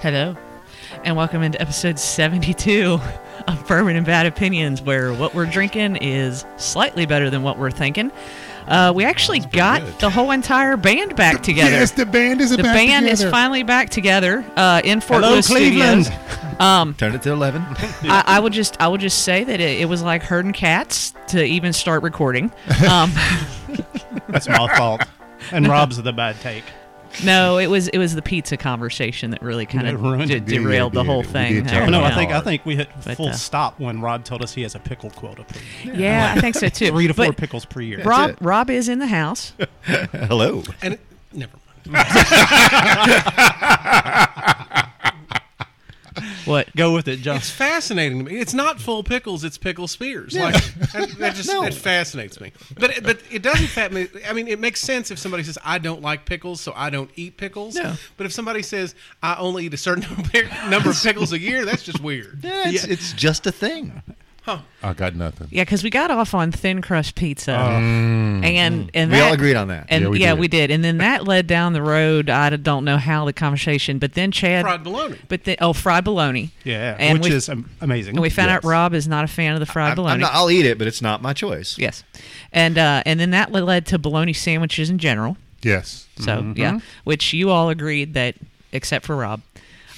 Hello, and welcome into episode 72 of Bourbon and Bad Opinions, where what we're drinking is slightly better than what we're thinking. Uh, we actually got good. the whole entire band back together. Yes, the band is the back band is together. finally back together uh, in Fort Hello, Lewis Cleveland. Studios. Um, Turn it to 11. I, I would just, I would just say that it, it was like herding cats to even start recording. Um, That's my fault. And Rob's the bad take. no, it was, it was the pizza conversation that really kind That ruined of did, it, derailed did. the whole We thing. did huh? Oh, Oh, no, Yeah. I think I think we hit But, full uh, stop when Rob told us he has a pickle quota per year. Yeah, I think so too. Three to four But pickles per year. Rob, it. Rob is in the house. Hello. And it, never mind. What? Go with it, John. It's fascinating to me. It's not full pickles; it's pickle spears. Like that, that just that fascinates me. But it, but it doesn't fat me. I mean, it makes sense if somebody says I don't like pickles, so I don't eat pickles. Yeah. But if somebody says I only eat a certain number of pickles a year, that's just weird. Yeah, it's, it's just a thing. I got nothing. Yeah, because we got off on thin crust pizza, and and We that, all agreed on that. And Mm. yeah, Yeah, we, we did. did. and then that led down the road. I don't know how the conversation, but then Chad, Fried bologna. but then oh, fried bologna, Yeah, and which we, is am- amazing. and we found out Yes. Rob is not a fan of the fried I'm, bologna. I'm not, I'll eat it, but it's not my choice. yes, and uh, and then that led to bologna sandwiches in general. Yes. So yeah, which you all agreed that, except for Rob.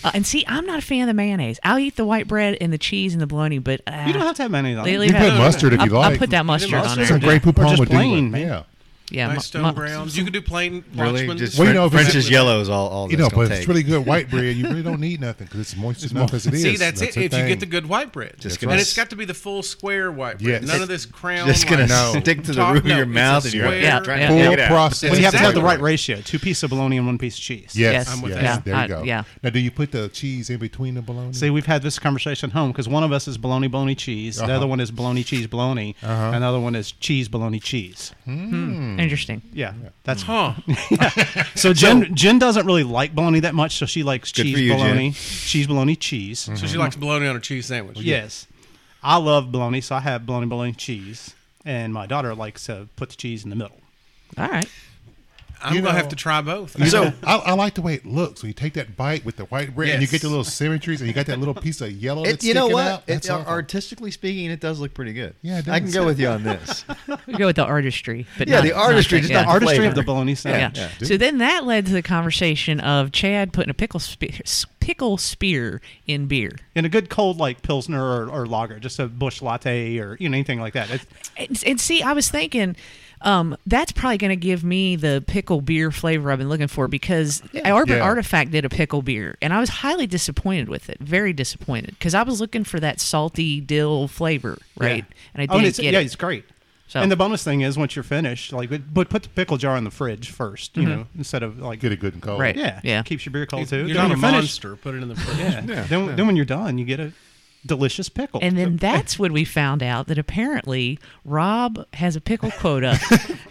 Uh, and see, I'm not a fan of the mayonnaise. I'll eat the white bread and the cheese and the bologna, but uh, You don't have to have any of They that. leave You put Yeah. mustard if I, you like. I put that mustard on mustard. there. Some grape poupon just would do plain, it. man. Yeah. Yeah, mu- Nice stone mu- grounds. You could do plain Really? Dutchman. Just Well, you Fren- know, if it's- French's yellow is all, all You that's know, gonna but if take. it's really good white bread. You really don't need nothing because it's moist as enough as it is. See, that's, it. the If you thing. get the good white bread, Just and gonna it's s- got to be the full square white Yes. bread. None of It's this crown. just going like, to No. stick to the Top- roof of no, your it's a mouth and you're square- trying Yeah. to dig Full it out. process. Well, you have to have the Exactly. right ratio: two piece of bologna and one piece of cheese. Yes. Yes. yes. I'm with that. yes. There I- you go. yeah. Now, do you put the cheese in between the bologna? See, we've had this conversation at home because one of us is bologna bologna cheese, the other one is bologna cheese bologna, and the other one is cheese bologna cheese. Mm. Interesting. Yeah, that's Huh? So Jen, Jen doesn't really like bologna that much, so she likes Good cheese for you, Jen. Mm-hmm. bologna, cheese bologna cheese. So she likes bologna on her cheese sandwich. Yes, I love bologna, so I have bologna bologna cheese, and my daughter likes to put the cheese in the middle. All right. I'm You gonna know- have to try both. You So- know, I, I like the way it looks. So you take that bite with the white bread, and you Yes. get the little symmetries, and you got that little piece of yellow. It, that's you know sticking what? Out. It's, That's awful. artistically speaking, it does look pretty good. Yeah, it I can does. go with you on this. We go with the artistry. But Yeah, not- the artistry, not- just yeah. not Artistry flavor. of the bologna Yeah. sandwich. So then that led to the conversation of Chad putting a pickle spear, pickle spear in beer. In a good cold like pilsner or, or lager, just a bush latte or you know anything like that. It's, And, and see, I was thinking um, that's probably going to give me the pickle beer flavor I've been looking for because Urban Yeah. Artifact did a pickle beer, and I was highly disappointed with it. Very disappointed because I was looking for that salty dill flavor, right? And I Oh, didn't it's, get yeah, it. it's great. So- And the bonus thing is once you're finished, like but but put the pickle jar in the fridge first, you know, instead of like get it good and cold. Right. yeah Mm-hmm. Yeah. keeps your beer cold too. You're Then not when a finished- monster. Put it in the fridge. Yeah. Then, then when you're done, you get a delicious pickle. And then that's when we found out that apparently Rob has a pickle quota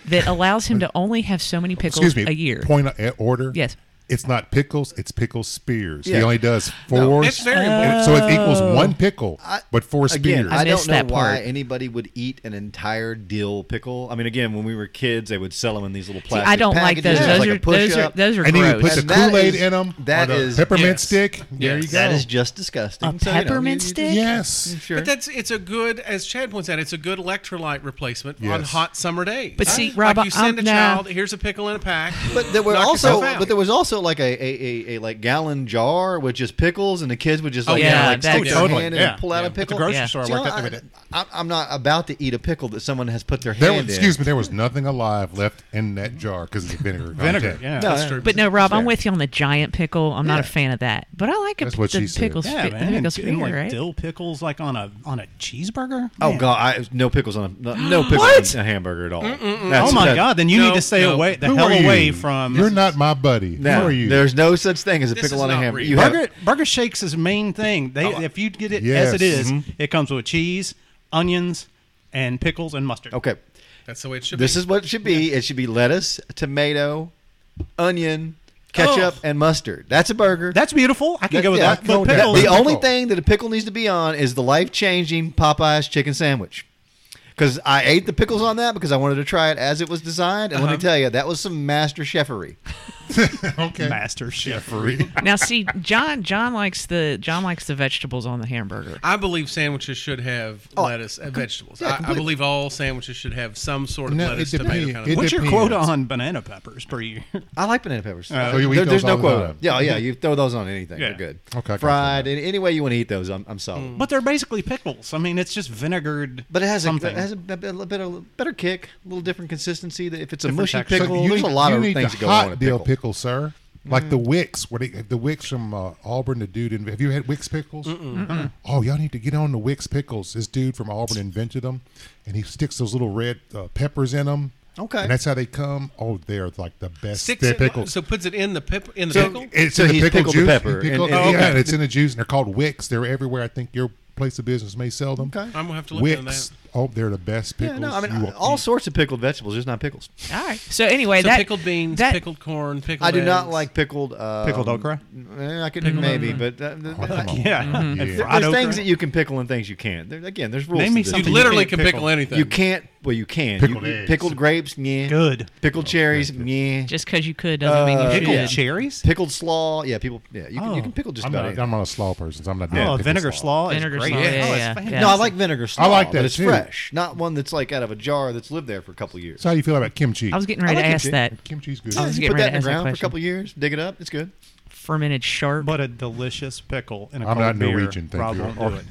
that allows him to only have so many pickles Excuse me. a year. Point of- at order. Yes. It's not pickles. It's pickle spears. Yeah. He only does four. It's very and so it equals Oh. one pickol, but four Again, spears. I, I don't missed know that why part. anybody would eat an entire dill pickle. I mean, again, when we were kids, they would sell them in these little See, plastic. I don't like those. packages, Those, like are, a those are push-up. those are and then you put gross. the And that Kool Aid is- in them. that or the is- peppermint yes. stick. There you Yes. go. That is just disgusting. A So, you know, peppermint you- you- stick? yes. Sure. But that's it's a good, as Chad points out, it's a good electrolyte replacement on Yes. hot summer days. But see, Like Rob, you send I'm- a nah. child, here's a pickle in a pack. But there were knock also, yourself out. but there was also like a, a, a, a like gallon jar with just pickles, and the kids would just like, yeah, kinda, like that- stick their totally, hand yeah. and pull out Yeah. a At the pickle. grocery Yeah. store, I See, you know, worked out there I, with it. I, I'm not about to eat a pickle that someone has put their There hand was, in. excuse me. There was nothing alive left in that jar because of the vinegar. vinegar. content. Yeah. No, That's true. but no, Rob, I'm with you on the giant pickle. I'm not a Yeah. fan of that, but I like a, That's what the she said. pickle Yeah, spe- man. pickle and, spear, and, like right? dill pickles, like on a on a cheeseburger. Oh Man. god, I, no pickles on a no, no pickles What? on a hamburger at all. Oh That's- my that- god! Then you No, need to stay no. away the Who hell are you? away from. You're not my buddy. No, Who are you? There's no such thing as a This pickle is on a not hamburger. real. You have- burger. Burger shakes is main thing. They if you get it Oh, Yes. Mm-hmm. as it is, it comes with cheese, onions, and pickles and mustard. okay. that's the way it should This be. is what it should be. It should be lettuce, tomato, onion, Ugh. ketchup, and mustard. That's a burger. That's beautiful. I can go with yeah, that. But that- pickles, the pickle. only thing that a pickle needs to be on is the life changing Popeyes chicken sandwich. Because I ate the pickles on that because I wanted to try it as it was designed, and let me tell you, that was some master chefery. okay. Oh, master chef. Free. Now, see, John John likes the John likes the vegetables on the hamburger. I believe sandwiches should have lettuce and vegetables. yeah, I, I completely. believe all sandwiches should have some sort of No, lettuce, it tomato. depends. Kind of It What's your depends. quota on banana peppers per year? I like banana peppers. So you Uh, eat There- those there's no all the quota. time? Yeah, yeah. You throw those on anything. Yeah. They're good. Okay, I got Fried any, any way you want to eat those. I'm, I'm solid. But they're basically pickles. I mean, it's just vinegared. But it has something. a it has a, bit- a bit of a better kick, a little different consistency. If it's a Different mushy texture. pickle, you there's need, a lot you of need things the to go hot on a deal pickle. Mm. pickle, sir. Like the Wicks, where they, the Wicks from uh, Auburn, the dude. In, have you had Wicks pickles? Oh, y'all need to get on the Wicks pickles. This dude from Auburn invented them, and he sticks those little red uh, peppers in them. Okay. and that's how they come. Oh, they're like the best Sticks they're it, pickles. so puts it in the pip, in the So- pickle. it's So in the he's pickle pickled the juice. pepper He and- pickled- and- yeah, okay. it's in the juice, and they're called Wicks. They're everywhere. I think your place of business may sell them. Okay. I'm gonna have to look into Wicks. Oh, they're the best Yeah, pickles. no, I mean you will all eat. sorts of pickled vegetables, just not pickles. All right. So anyway, So that pickled beans, that- pickled corn, pickled. I do not eggs. like pickled um, Pickled okra? eh, I could Pickled maybe, okra. but uh, th- Oh, th- come on. Yeah. Mhm. And Yeah. fried there's things okra. that you can pickle and things you can't. There, again, there's rules. Name me to this. You something literally can't can pickle. pickle anything. You can't. Well, you can. You- Pickled you- eggs. Oh, pickled grapes, yeah. Good. Pickled cherries, yeah. just because you could doesn't mean Uh, you should. Pickled yeah. cherries? Pickled slaw, yeah. People, yeah. You can, you Oh. can pickle just I'm about not, anything. I'm not a slaw person, so I'm not. doing Oh, pickle vinegar slaw is Vinegar great. slaw, yeah, oh, it's yeah, fantastic. yeah. No, I like vinegar slaw. like that but it's too. fresh, not one that's like out of a jar that's lived there for a couple of years. So how do you feel about kimchi? I was getting ready I to like it, ask Jake. that kimchi's good. I was you getting put ready that to in the ask that ground for a question. couple of years, dig it up. It's good. fermented shark. But a delicious pickle in a I'm cold not beer. Norwegian, thank Rob you. won't Or- do it.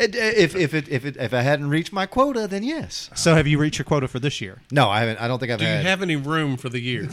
It, if if it, if it, if I hadn't reached my quota, then yes. So have you reached your quota for this year? No, I haven't. I don't think I've Do you had. have any room for the year?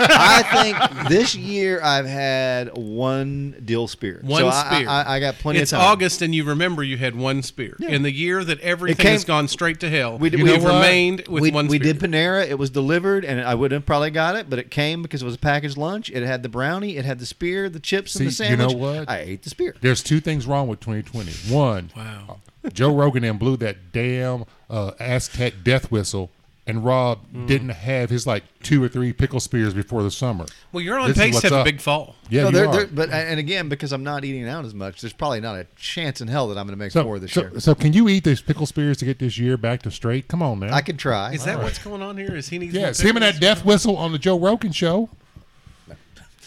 I think this year I've had one dill spear. One so I- spear. I, I, I got plenty it's of time. August, and you remember you had one spear in the year that everything came- has gone straight to hell. We We did- you we- have you know what? remained with we, one. we Spear. did Panera. It was delivered, and I would have probably got it, but it came because it was a packaged lunch. It had the brownie, it had the spear, the chips, and the See, you know sandwich. what? I ate the spear. There's two things wrong with 2020. One, uh, Wow. Joe Rogan and blew that damn uh, Aztec death whistle, and Rob Mm. didn't have his like two or three pickle spears before the summer. Well, you're on This is pace what's to have a up. big fall. Yeah, no, you there- are. there- but and again, because I'm not eating out as much, there's probably not a chance in hell that I'm going to make so, more this so, year. so can you eat these pickle spears to get this year back to straight? Come on, man. I could try. Is that what's going on here? Is he needs? more yes, him and pickles? that death whistle on the Joe Rogan show.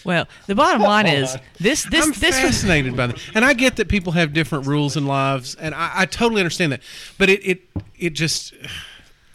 well, the bottom line is this this I'm this was fascinated by that, and I get that people have different rules in lives, and I, I totally understand that. But it it it just,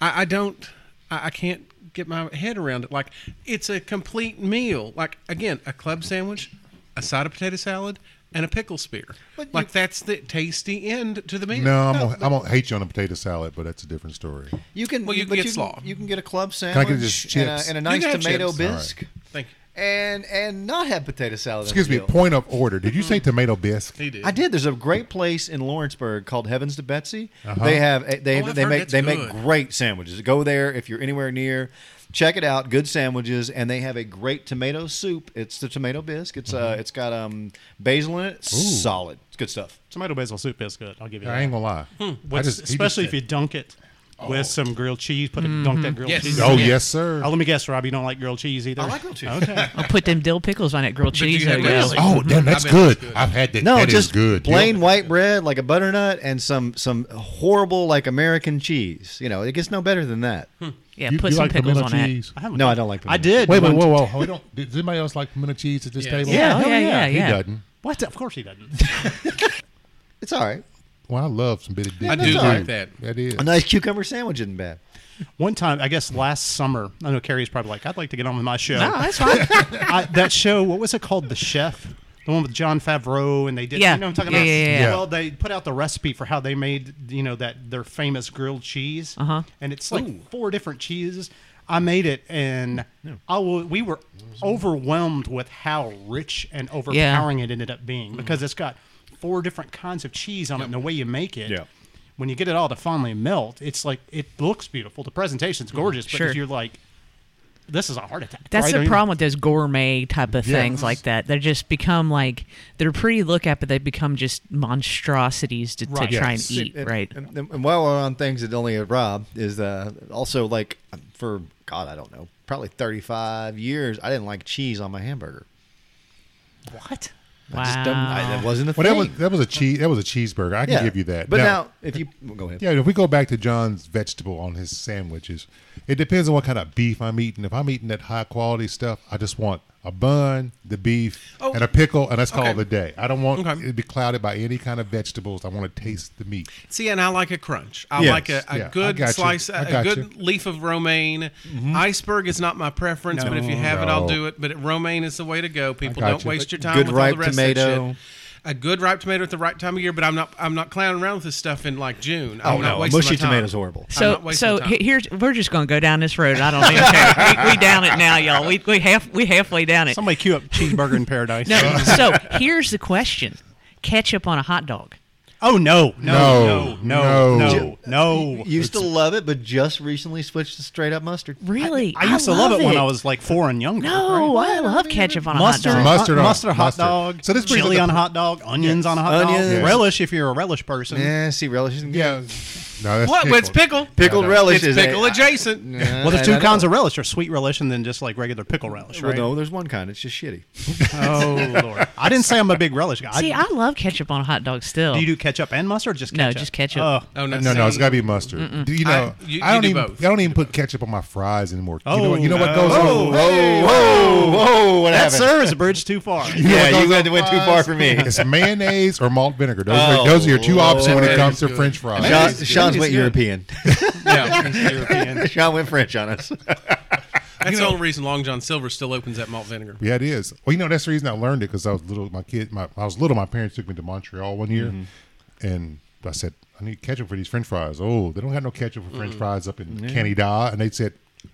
I, I don't, I, I can't get my head around it. Like it's a complete meal. Like again, a club sandwich, a side of potato salad, and a pickle spear. like that's the tasty end to the meal. No, I'm gonna, I'm gonna hate you on a potato salad, but that's a different story. You can, Well, you can but get you slaw. You can get a club I sandwich get just and, a, chips? and a You nice can have tomato chips. bisque, Thank you. and and not have potato salad. in Excuse the me. meal. Point of order. Did you say tomato bisque? He did. I did. There's a great place in Lawrenceburg called Heavens to Betsy. Uh-huh. They have a- they Oh, I've they heard make that's they good. make great sandwiches. Go there if you're anywhere near. Check it out. Good sandwiches, and they have a great tomato soup. It's the tomato bisque. It's Mm-hmm. uh, it's got um basil in it. Solid. It's good stuff. Tomato basil soup is good. I'll give you that. I ain't gonna lie. I What's- just- he just especially if said- you dunk it with some grilled cheese. Put a, dunk that grilled Yes. cheese. Oh in it. yes, sir. Oh, let me guess, Rob. You don't like grilled cheese either. Oh, I like grilled cheese. Okay. I'll put them dill pickles on that grilled do you cheese. have though, really- yeah. Oh, damn, that's I bet good. it's good. I've had that. No, That is just good. plain Yeah. white bread like a butternut and some some horrible like American cheese. You know, it gets no better than that. Hmm. yeah, You- put you some like pickles on pimento that. cheese? haven't- No, I don't like I pimento did. Wait, wait, one- whoa, whoa, hold on. Does anybody else like pimento cheese at this Yes. table? Yeah, Yeah, oh, hell yeah, yeah. yeah, he yeah. doesn't. What? Of course he doesn't. It's all right. Well, I love some bit of dick. I do Dude, like that. That is. A nice cucumber sandwich isn't bad. One time, I guess last summer, I know Carrie's probably like, I'd like to get on with my show. No, that's fine. I, that show, what was it called? The Chef, the one with John Favreau, and they did. Yeah. you know what I'm talking Yeah, about. yeah, yeah, yeah. Well, they put out the recipe for how they made you know that their famous grilled cheese, Uh-huh. and it's like four different cheeses. I made it, and I wa- we were overwhelmed with how rich and overpowering it ended up being because it's got four different kinds of cheese on it, and the way you make it. Yeah. When you get it all to finally melt, it's like it looks beautiful. The presentation's gorgeous, but Mm-hmm. Sure. if you're like, this is a heart attack. That's right? I the mean, problem with those gourmet type of things like that. They just become like they're pretty to look at, but they become just monstrosities to, Right. to try Yes. and eat. And- right? And, and while we're on things that only have Rob is uh, also like for God, I don't know, probably thirty five years, I didn't like cheese on my hamburger. What? wow. I just don't, I, that wasn't a Well, that thing. was that was a cheese. That was a cheeseburger. I can give you that. But now, if you well, go ahead, yeah, if we go back to John's vegetable on his sandwiches, it depends on what kind of beef I'm eating. If I'm eating that high quality stuff, I just want a bun, the beef, Oh. and a pickle, and let's call Okay. it a day. I don't want Okay. it to be clouded by any kind of vegetables. I want to taste the meat. See, and I like a crunch. I Yes, like a, a yeah, I good got you. slice, I a got good leaf of romaine. Iceberg is not my preference, but if you have it, No. I'll do it. But romaine is the way to go. People got don't you. waste your time. Good with all ripe the rest of that tomato. shit. A good ripe tomato at the right time of year. But I'm not. I'm not clowning around with this stuff in like June. I'm Oh, not no, a wasting mushy my time. tomato's horrible. I'm So, not wasting so time. he- here's we're just gonna go down this road. I don't even care. We, we down it now, y'all. We we half we halfway down it. Somebody queue up cheeseburger in paradise. No, so here's the question: ketchup on a hot dog? Oh no, No, no, no, no, no. no, no. You used to love it, but just recently switched to straight up mustard. Really? I used to love it, when I was like four and younger. No, I love ketchup on a hot Mustard, dog. Mustard mustard, on- mustard, hot mustard. dog. So this brings chili up on the- a hot dog, onions on a hot Onions. dog, relish if you're a relish person. Yeah, Eh, see, relish isn't good. Yeah, no, that's What? But it's pickle. Pickled Yeah, no. relish It's is pickle a, adjacent. Yeah, Well, there's I- two I kinds know. of relish: there's sweet relish and then just like regular pickle relish, Well, right? no, there's one kind. It's just shitty. Oh lord, I didn't say I'm a big relish guy. See, I love ketchup on a hot dog still. do you do ketchup and mustard? Or just No, ketchup? just ketchup. Oh. Oh no, No, no, it's see? got to be mustard. Do you know? I- you- I don't you do even. both. I don't even put ketchup on my fries anymore. you know, Oh, what- you know what no. goes Whoa, on? whoa, whoa, whoa! What that happened? sir is a bridge too far. what Yeah, goes you went, on went too fries? far for me. It's mayonnaise or malt vinegar. Those, Oh, are, those are your two options when it Lord. comes to Good. French fries. Sean, Mayonnaise is Sean's good. went It's good. European. Yeah, it's European. Sean went French on us. That's the only reason Long John Silver still opens that malt vinegar. Yeah, it is. Well, you know that's the reason I learned it because I was little. My kid, my I was little. My parents took me to Montreal one year, and I said I need ketchup for these French fries. Oh, they don't have no ketchup for French fries up in Canada, and they said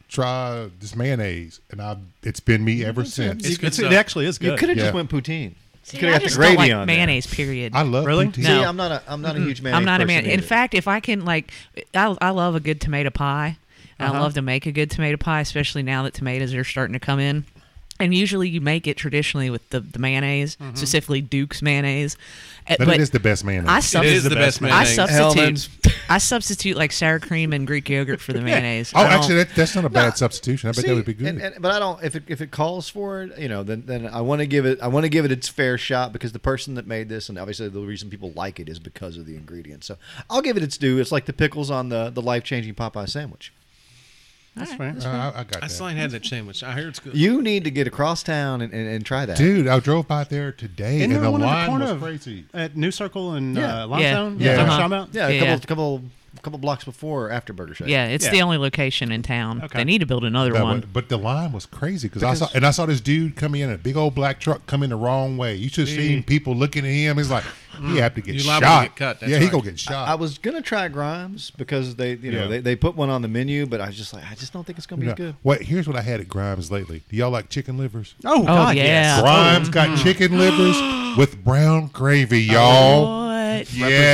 try this mayonnaise, and I it's been me ever since. It's good It's, stuff. it actually is You good. could have Yeah. just went poutine. See, You could I have got the just don't gravy like on there. mayonnaise. Period. I love Really? poutine. No. See, I'm not a I'm not a huge mayonnaise. I'm not a person man. In either. fact, if I can like, I, I love a good tomato pie. And I love to make a good tomato pie, especially now that tomatoes are starting to come in. And usually you make it traditionally with the, the mayonnaise, specifically Duke's mayonnaise. Uh, But, it is the best mayonnaise. I It substitute. is the best I mayonnaise. substitute. Hellman's. I substitute like sour cream and Greek yogurt for the mayonnaise. oh, I don't- actually, that, that's not a bad substitution. I bet that See, would be good. and- and- but I don't. If it if it calls for it, you know, then then I want to give it. I want to give it its fair shot because the person that made this, and obviously the reason people like it is because of the ingredients. So I'll give it its due. It's like the pickles on the the life changing Popeye sandwich. That's fair. Uh, I, I got I that. still ain't had that sandwich. I hear it's good. You need to get across town and, and, and try that. Dude, I drove by there today, Isn't and there the one in line the corner was of crazy. at New Circle and Yeah. uh, Limestone? Yeah. Is that what Yeah. you're talking about? Yeah, a Yeah, couple yeah. couple couple blocks before or after Burger Shack. yeah, it's Yeah. the only location in town. Okay. They need to build another That one. one- but the line was crazy because I saw and I saw this dude come in a big old black truck coming the wrong way. You should have seen people looking at him. He's like, he have to get Mm. You shot. liable to get cut, that's yeah, he right. gonna get shot. I was gonna try Grimes because they, you know, Yeah. they, they put one on the menu, but I was just like, I just don't think it's gonna be Yeah. as good. What? Here's what I had at Grimes lately. Do y'all like chicken livers? Oh, God, yeah. yes. Grimes got Mm-hmm. chicken livers with brown gravy, y'all. what?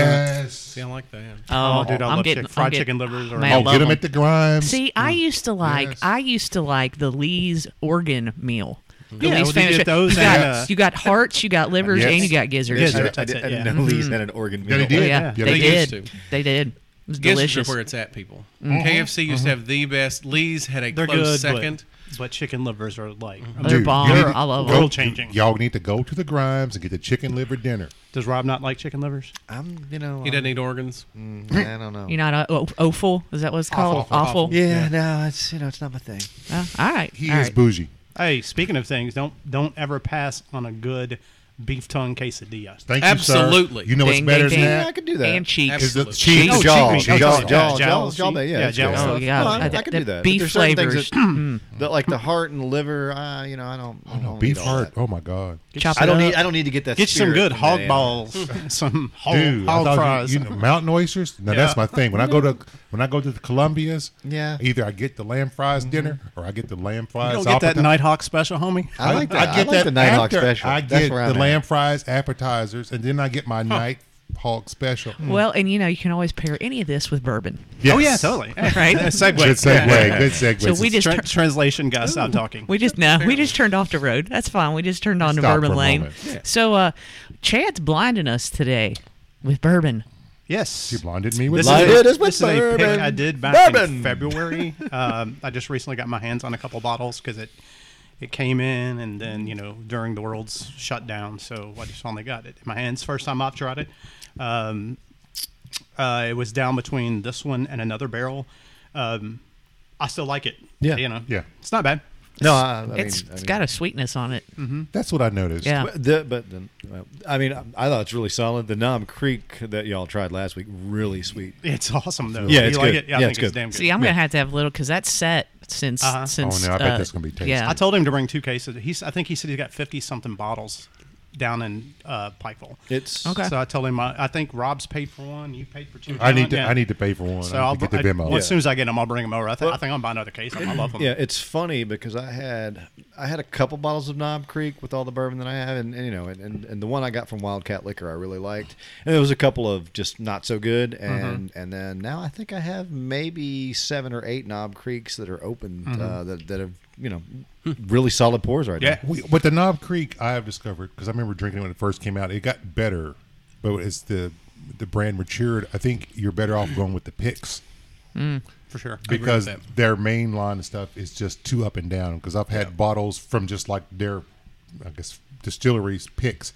yes. See, I like that. Oh, Oh, dude, I I'm love getting chick- fried I'm getting- chicken livers or- man, I Oh, love get them them. at the Grimes. See, I used to like Yes. I used to like the Lee's organ meal. The Yeah, Lee's well, they famous- did those you, got, and, uh, you got hearts, you got livers, Yes. and you got gizzards. Gizzards. Yeah, that's I, did, it, I didn't yeah. know Lee's Mm-hmm. had an organ meal. they did. Yeah, they, they did. used They did. It was Delicious. delicious. Mm-hmm. where it's at, people. KFC used to have the best. Lee's had a They're close good, second. But, but chicken livers are like. They're bomb. you need to I love go- them. World changing. Y'all need to go to the Grimes and get the chicken liver dinner. Does Rob not like chicken livers? I'm, you know, He doesn't eat organs. I'm- I don't know. You're not uh, oh, awful. Is that what it's called? Awful, awful. yeah, no, it's you know, it's not my thing. Uh, all right. He all is right. bougie. Hey, speaking of things, don't don't ever pass on a good beef tongue quesadilla. Thank Absolutely. you, sir. You know what's Ding, better than ding, ding. Yeah, I that? could do that. And cheek. Absolutely. Is the Absolutely. cheese? Oh, jaw, cheese, cheese, jaw, cheese, jaw, yeah, jaw, jowls, jaw, ba- yeah, yeah, that's good. jowls Oh, stuff. yeah. Well, I, Uh, I the- could the do that. beef There's certain things flavors. mm. that, mm, that, like the heart and liver. Uh, you know, I don't. I No, don't beef need all heart. that. Oh my god. Chop I it don't up. need. I don't need to get that. Get you some spirit good from hog that animal. balls, some hog, Dude, I hog thought you- Oh, fries. You, know, mountain oysters. Now that's my thing. When I go to when I go to the Columbia's, Yeah. either I get the lamb fries dinner or I get the lamb You fries. don't get that appetizer. Nighthawk special, homie. I like that. I, get like that the Nighthawk after special. I That's get where the I'm at. lamb fries appetizers, and then I get my Nighthawk special. Well, and you know, you can always pair any of this with bourbon, Yes. Oh yeah, totally. right? Good Segway. segue. Good segue. So we just Tra- tur- translation guy, stop talking. We just no, we just turned off the road. That's fine. We just turned on to Stop Bourbon for a Lane. moment. Yeah. So uh Chad's blinding us today with bourbon. yes. you blinded me with This light. is, Blinded a, us with this is a pick bourbon. I did back Bourbon. in February. um, I just recently got my hands on a couple bottles because it it came in and then you know during the world's shutdown, so I just finally got it in my hands. First time I've tried it. Um, uh, it was down between this one and another barrel. Um, I still like it. Yeah. you know, Yeah. it's not bad. No, I, I mean, It's I it's mean- got a sweetness on it. That's what I noticed. Oh. Yeah. But the, but the, well, I mean, I, I thought it's really solid. The Nom Creek that y'all tried last week, really sweet. It's awesome though. Yeah, You it's like good. it? Yeah, Yeah, I it's think it's good. damn good. See, I'm gonna have to have little because that's set since Uh-huh. since. Oh, no, I bet uh, that's gonna be tasty. Yeah, I told him to bring two cases. He's I think he said he's got fifty something bottles down in uh, Pikeville. It's Okay. So I told him I, I think Rob's paid for one. You paid for two. I need to. John. Yeah. I need to pay for one. So I I'll need to get the I- Venmo. well, as soon as I get them, I'll bring them over. I, th- I think I'm buying another case. of 'em. I love them. Yeah, it's funny because I had I had a couple bottles of Knob Creek with all the bourbon that I have, and, and, you know, and, and, and the one I got from Wildcat Liquor I really liked, and there was a couple of just not so good, and and then now I think I have maybe seven or eight Knob Creeks that are open uh, that that have you know really solid pours right Yeah. now. We, but the Knob Creek, I have discovered because I remember drinking it when it first came out. It got better, but as the the brand matured, I think you're better off going with the picks for sure. with because that. their main line of stuff is just too up and down. Because I've had bottles from just like their, I guess distilleries picks,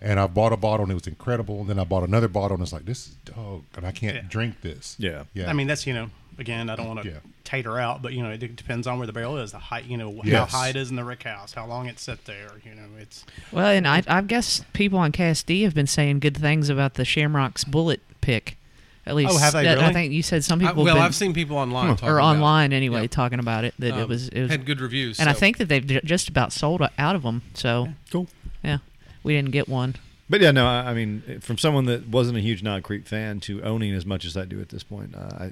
and I bought a bottle and it was incredible. And then I bought another bottle and it's like this is dog, and I can't Yeah. drink this. Yeah. yeah. I mean, that's you know, again, I don't want to Yeah. tater out, but you know, it d- depends on where the barrel is, the height, you know, wh- Yes. how high it is in the rick house, how long it's set there. You know, it's Well, and I, I guess people on KSD have been saying good things about the Shamrock's bullet pick. At least, have they I- I really? think you said some I, people. have well, been- I've seen people online talking or about it. online anyway Yeah. talking about it that it Um, was it was had good reviews, and I so- think that they've ju- just about sold out of them. So Cool. yeah, we didn't get one. But yeah, no, I I mean, from someone that wasn't a huge Knob Creek fan to owning as much as I do at this point, uh, I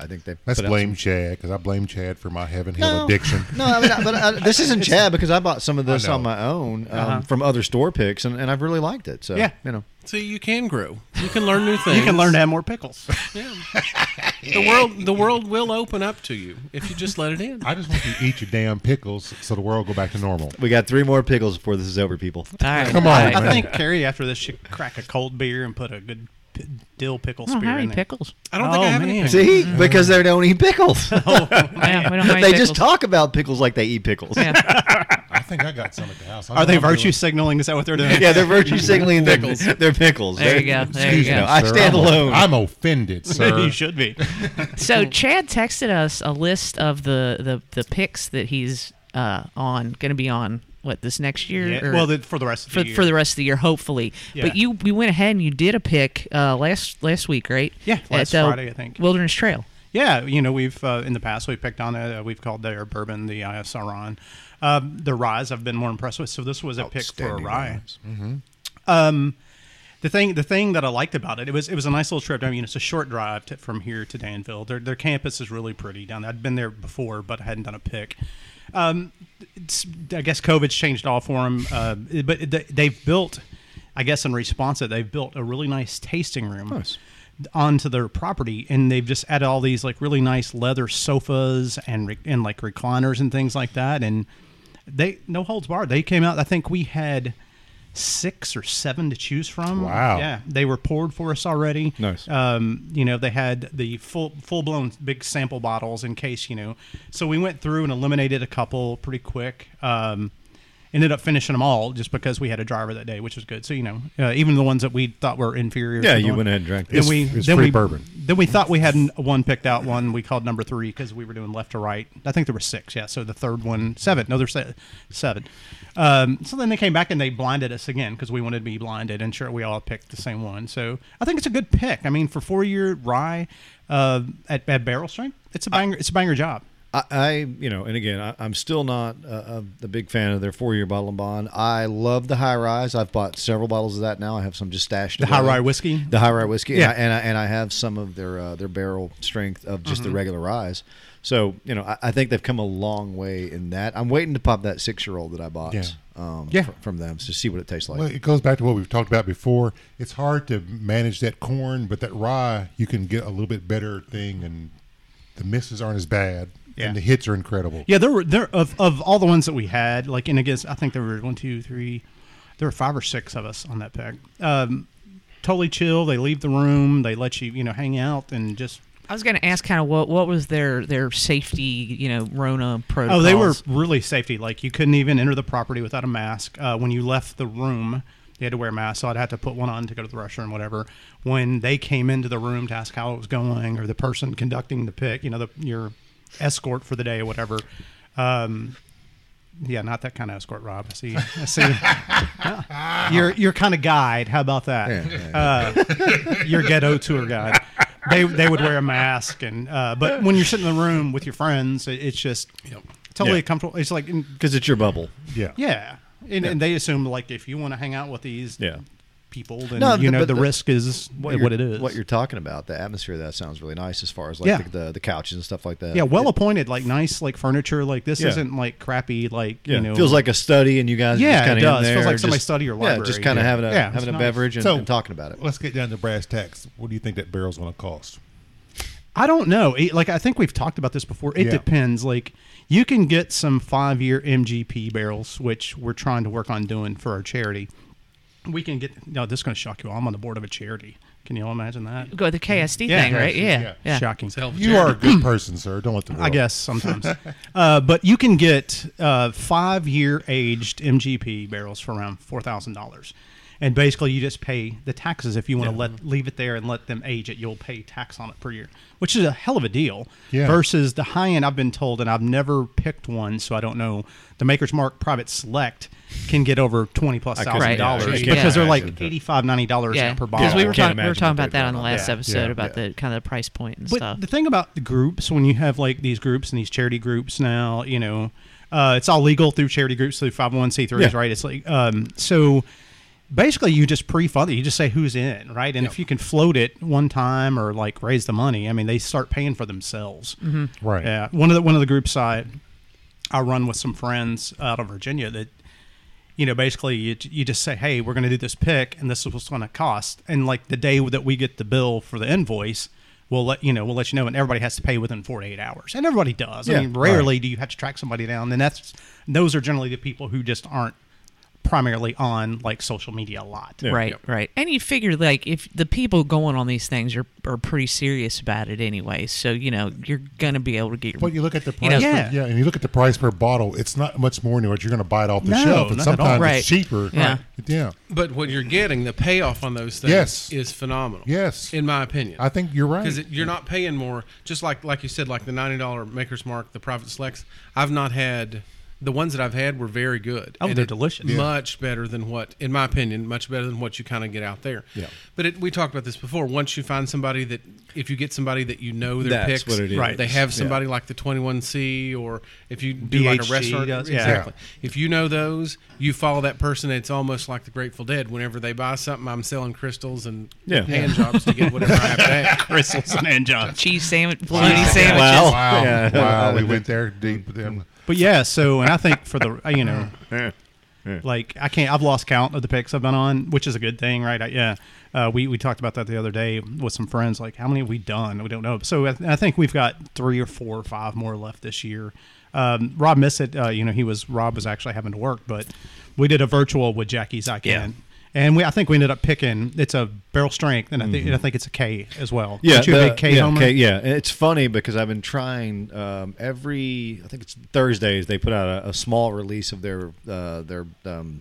I think they Let's put out blame some- Chad because I blame Chad for my Heaven Hill addiction. No, I mean, I- but I, this isn't Chad because I bought some of this know. on my own um, Uh-huh. from other store picks, and, and I've really liked it. So Yeah. you know, So you can grow. You can learn new things. you can learn to have more pickles. The world, the world will open up to you if you just let it in. I just want you to eat your damn pickles so the world go back to normal. we got three more pickles before this is over, people. All right. Come on, I, I man. think Carrie after this should crack a cold beer and put a good p- dill pickle don't spear have in any there. Oh, pickles. I don't think I Oh, have man. anything. See, because they don't eat pickles. Yeah, we don't have any they just pickles. talk about pickles like they eat pickles. Yeah, Yeah. I think I got some at the house. I Are know they I'm doing- virtue signaling? Is that what they're doing? they're virtue signaling their pickles. Their pickles. There you They're- go. There you Excuse me, go. I sir. stand I'm- alone. I'm offended, sir. you should be. So Chad texted us a list of the the the picks that he's uh, on going to be on what this next year. Yeah, or- Well, the, for the rest of the for, year. for the rest of the year, hopefully. Yeah. But you we went ahead and you did a pick uh, last last week, right? Yeah, At last the Friday, I think. Wilderness Trail. Yeah, you know, we've uh, in the past we've picked on it. Uh, we've called their bourbon the uh, Sauron. Um, the ryes I've been more impressed with. So this was a pick for a Outstanding rye. Um, the thing, the thing that I liked about it, it was it was a nice little trip. I mean, it's a short drive to, from here to Danville. Their their campus is really pretty down there. I'd been there before, but I hadn't done a pick. Um, it's, I guess COVID's changed all for them, uh, but they- they've built, I guess, in response to that, they've built a really nice tasting room onto their property, and they've just added all these like really nice leather sofas and re- and like recliners and things like that, and they no holds barred. They came out. I think we had six or seven to choose from. Wow. Mm-hmm. Yeah, they were poured for us already. Nice. Um, you know, they had the full full blown big sample bottles in case you know. So we went through and eliminated a couple pretty quick. Um, ended up finishing them all just because we had a driver that day, which was good. So you know, uh, even the ones that we thought were inferior. Yeah, to the you one- went ahead and drank Then those. we It's- it's then free we bourbon. then we thought we had n- one picked out. One we called number three because we were doing left to right. I think there were six. Yeah, so the third one seven. No, there's se- seven. Um, so then they came back and they blinded us again because we wanted to be blinded, and sure we all picked the same one. So I think it's a good pick. I mean, for four year rye uh, at, at barrel strength, it's a banger. it's a banger job. I, I you know, and again, I, I'm still not a, a, a big fan of their four year bottle and bond. I love the high rise. I've bought several bottles of that now. I have some just stashed. The high away. rye whiskey? The high rye whiskey. Yeah, Yeah. and I, and I, and I have some of their uh, their barrel strength of just Mm-hmm. the regular rise. So you know, I, I think they've come a long way in that. I'm waiting to pop that six year old that I bought. Yeah. Um, Yeah. fr- from them to see what it tastes like. Well, it goes back to what we've talked about before. It's hard to manage that corn, but that rye, you can get a little bit better thing, and the misses aren't as bad, Yeah. and the hits are incredible. Yeah, there were there of of all the ones that we had. Like, and again, I think there were one, two, three. There were five or six of us on that pack. Um, totally chill. They leave the room. They let you you know hang out and just. I was going to ask kind of what what was their their safety, you know, Rona protocol. Oh, they were really safety. Like you couldn't even enter the property without a mask. Uh, when you left the room, you had to wear a mask. So I'd have to put one on to go to the restroom, whatever. When they came into the room to ask how it was going, or the person conducting the pick, you know, the, your escort for the day, or whatever. Um, yeah, not that kind of escort, Rob. I see, I see. Yeah. Your your kind of guide. How about that? Uh, your ghetto tour guide. They they would wear a mask, and uh, but when you're sitting in the room with your friends, it, it's just totally Yeah. comfortable. It's like, in- because it's your bubble. Yeah. yeah, and, and they assume like if you want to hang out with these Yeah. people, then No, you but- know but the, the- risk is what, you're- it is. What you're talking about, the atmosphere of that sounds really nice as far as like Yeah. the, the the couches and stuff like that. yeah, well It- appointed, like nice, like furniture. Like this Yeah. isn't like crappy, like yeah, you know, feels like a study, and you guys Yeah, just kind it of does. Feels like just, somebody studied your Yeah, library. just kind of Yeah. having a Yeah, it's having a nice. beverage and, and talking about it. Let's get down to brass tacks. What do you think that barrel's going to cost? I don't know. It- like I think we've talked about this before. It Yeah. depends. Like you can get some five year MGP barrels, which we're trying to work on doing for our charity. We can get. No, this is going to shock you all. I'm on the board of a charity. Can you all imagine that? Go with the KSD Yeah, thing, right? KSD, Yeah. yeah. Yeah. Shocking. You are a good person, sir. Don't let the world. I guess sometimes. uh, but you can get uh, five year aged MGP barrels for around four thousand dollars, and basically you just pay the taxes if you want to let leave it there and let them age it. You'll pay tax on it per year, which is a hell of a deal. Yeah. Versus the high end, I've been told, and I've never picked one, so I don't know. The Maker's Mark Private Select can get over twenty plus couldn't thousand dollars imagine. because Yeah. they're like Imagine. eighty five ninety dollars Yeah, per bottle. because we were Can't talking, we were imagine talking what about they're that on the doing. last Yeah, episode yeah, about the kind of the price point and But stuff. the thing about the groups, when you have like these groups and these charity groups now, you know, uh, it's all legal through charity groups, through 501c3s, Yeah. right? It's like, um, so basically you just pre-fund it. You just say who's in, right? And if you can float it one time or like raise the money, I mean, they start paying for themselves. Mm-hmm. Right. Yeah. One of the, one of the groups I, I run with some friends out of Virginia that, you know, basically you, you just say, hey, we're going to do this pick and this is what's going to cost. And like the day that we get the bill for the invoice, we'll let you know, we'll let you know. And everybody has to pay within 48 hours. And everybody does. Yeah, I mean, rarely do you have to track somebody down. And that's, those are generally the people who just aren't primarily on like social media a lot. right, right. And you figure like if the people going on these things are are pretty serious about it anyway, so you know you're gonna be able to get. But you look at the price. You know- yeah. Yeah. Per, yeah, and you look at the price per bottle. It's not much more than what you're going to buy it off the No, shelf. And not at all. sometimes Right. it's cheaper. Yeah. Right. Yeah. But what you're getting, the payoff on those things Yes. is phenomenal. Yes. In my opinion. I think you're right. because you're not paying more. Just like like you said, like the ninety dollar Maker's Mark, the private selects. I've not had the ones that I've had were very good. Oh, they're it- delicious. Yeah. Much better than what, in my opinion, much better than what you kind of get out there. Yeah. But it, we talked about this before. Once you find somebody that, if you get somebody that you know their That's picks, what it is. They have somebody like the twenty one C, or if you do like a BHG restaurant, does, yeah. exactly. If you know those, you follow that person. It's almost like the Grateful Dead. Whenever they buy something, I'm selling crystals and Yeah. hand jobs to get whatever I have to have. Crystals and hand jobs. cheese sandwich, bologna sandwiches. Wow. Wow. Yeah. Wow. We went there deep. with them. But yeah, so and I think for the uh, you know, like I can't. I've lost count of the picks I've been on, which is a good thing, right? I, yeah, uh, we we talked about that the other day with some friends. Like, how many have we done? We don't know. So I, I think we've got three or four or five more left this year. Um, Rob missed it. Uh, you know, he was Rob was actually having to work, but we did a virtual with Jackie's I can. And we, I think we ended up picking. It's a barrel strength, and I think, and I think it's a K as well. Mm-hmm. Yeah, Aren't you a the- big K yeah, homer? K- yeah, and it's funny because I've been trying um, every. I think it's Thursdays they put out a, a small release of their uh, their um,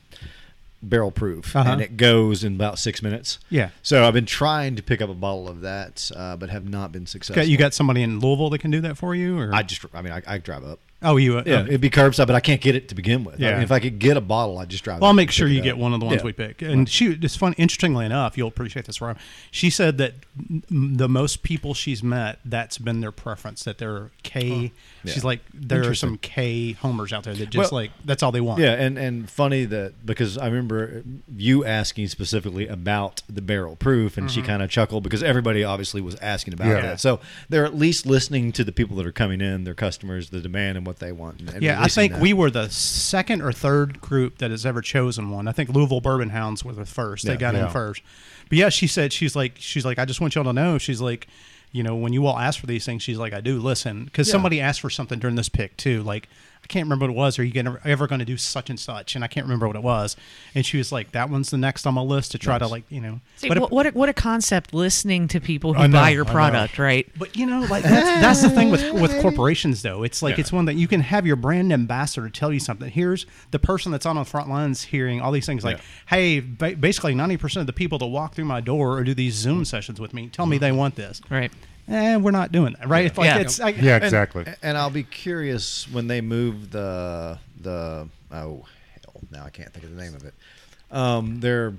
barrel proof, Uh-huh. and it goes in about six minutes. Yeah. So I've been trying to pick up a bottle of that, uh, but have not been successful. Okay, you got somebody in Louisville that can do that for you, or I just. I mean, I, I drive up. oh, you uh, Yeah, oh, it'd be curbside, but I can't get it to begin with. I Yeah. mean, if I could get a bottle, I'd just drive. Well, I'll up make and sure pick you it get up. one of the ones Yeah. we pick. And shoot, it's fun. Interestingly enough, you'll appreciate this, Rob. She said that m- the most people she's met, that's been their preference. That they're K. She's like, there are some K homers out there that just Well- like that's all they want. Yeah, and and funny that because I remember you asking specifically about the barrel proof, and she Mm-hmm. kind of chuckled because everybody obviously was asking about Yeah. that. So they're at least listening to the people that are coming in, their customers, the demand, and what they want. and- and Yeah, I releasing think that. we were the second or third group that has ever chosen one. I think Louisville Bourbon Hounds were the first. They Yeah. got Yeah. in first. But yeah, she said she's like she's like I just want y'all to know she's like you know when you all ask for these things she's like I do listen because somebody asked for something during this pick too like. I can't remember what it was. Are you gonna, ever going to do such and such? And I can't remember what it was. And she was like, "That one's the next on my list to try to like, you know." See, but it- what, what, a, what a concept listening to people who I know, buy I your know. product, right? But you know, like that's, that's the thing with with corporations, though. It's like it's one that you can have your brand ambassador tell you something. Here's the person that's on the front lines hearing all these things. Like, hey, ba- Mm-hmm. basically, ninety percent of the people that walk through my door or do these Zoom sessions with me tell me they want this. Right. eh, we're not doing that, right? It's like Yeah. it's I, Yeah, exactly. And I'll be curious when they move the the oh hell now I can't think of the name of it. Um, their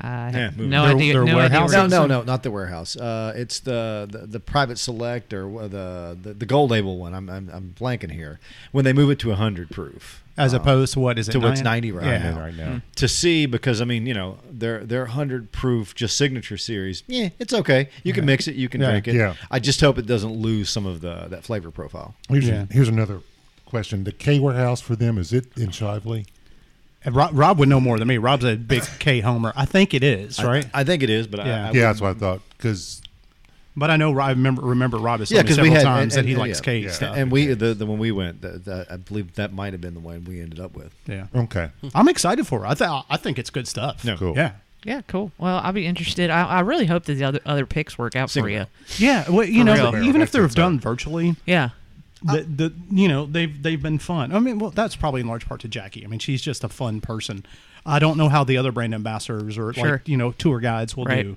I have Yeah, moving. no Their- idea. their no idea warehouse? where no it- no no not the warehouse. Uh, it's the, the the private select or wha- the the, the gold label one. I'm, I'm I'm blanking here. When they move it to hundred proof as um, opposed to what is it to what's nine? ninety right yeah. now. Right Hmm. now. to see because I mean, you know, their their hundred proof just signature series. Yeah, it's okay. You can mix it. You can Yeah, drink it. yeah. I just hope it doesn't lose some of the that flavor profile. Here's, Yeah. here's another question. The K warehouse for them is it in Shively? And Rob, Rob would know more than me. Rob's a big K homer. I think it is I- right, I, think it is, but I- Yeah. I, yeah, that's what I thought. Because but I know Rob- I remember remember Rob has Yeah, told me 'cause we several had- times and- that he and- likes yeah. K Yeah. stuff. and we the, the when we went, the, the, I believe that might have been the one we ended up with. yeah, okay, I'm excited for it. I th- I think it's good stuff. No. Cool. Yeah. Yeah, cool. Well, I'll be interested. I, I really hope that the other other picks work out Single for you. barrel. Yeah, well, you For know, real. even if they're That's done virtually, Yeah. the, the you know they've they've been fun. I mean, well, that's probably in large part to Jackie. I mean, she's just a fun person. I don't know how the other brand ambassadors or Sure. like you know tour guides will Right. do.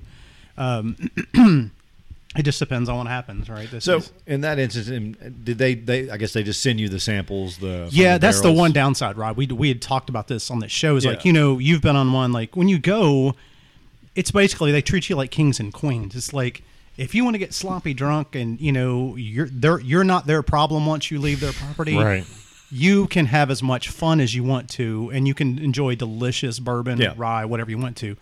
Um, it just depends on what happens, right? This So is- in that instance, in- did they? They I guess they just send you the samples. The from yeah, that's the barrels. one downside, Rob. We we had talked about this on the show. Is like Yeah. you know you've been on one. Like when you go, it's basically they treat you like kings and queens. It's like if you want to get sloppy drunk and you know you're they're, you're not their problem once you leave their property. Right. You can have as much fun as you want to, and you can enjoy delicious bourbon, Yeah. rye, whatever you want to.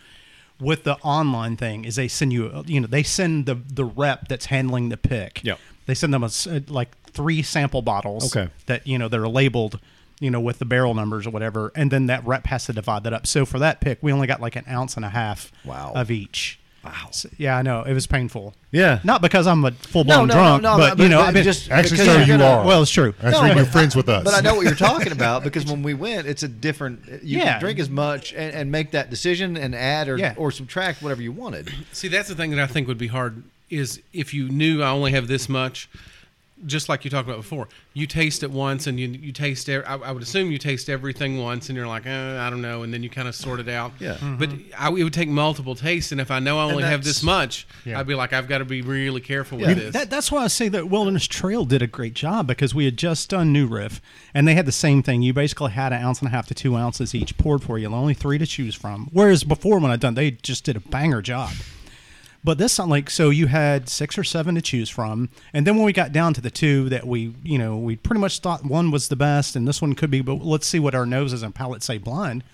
With the online thing, is they send you, you know, they send the the rep that's handling the pick. Yeah. They send them a s like three sample bottles Okay. that you know that are labeled you know with the barrel numbers or whatever and then that rep has to divide that up so for that pick we only got like an ounce and a half Wow. of each wow yeah i know it was painful Yeah. not because i'm a No, full-blown no, drunk no, no, but, you know i mean, just Actually, because sir, you're you gonna- are. well it's true that's No, when but- you're friends with us. But I know what you're talking about because when we went, it's a different. You Yeah. can drink as much and, and make that decision and add or, Yeah. or subtract whatever you wanted. See, that's the thing that I think would be hard is if you knew I only have this much. Just like you talked about before, you taste it once, and you you taste. ev- I, I would assume you taste everything once, and you're like, eh, I don't know, and then you kind of sort it out. Yeah. But I, it would take multiple tastes, and if I know I only have that's- this much, Yeah. I'd be like, I've got to be really careful Yeah. with this. That, that's why I say that Wilderness Trail did a great job because we had just done New Riff and they had the same thing. You basically had an ounce and a half to two ounces each poured for you, and only three to choose from. Whereas before, when I done, they just did a banger job. But this time, like, so you had six or seven to choose from, and then when we got down to the two that we, you know, we pretty much thought one was the best and this one could be, but let's see what our noses and palates say blind.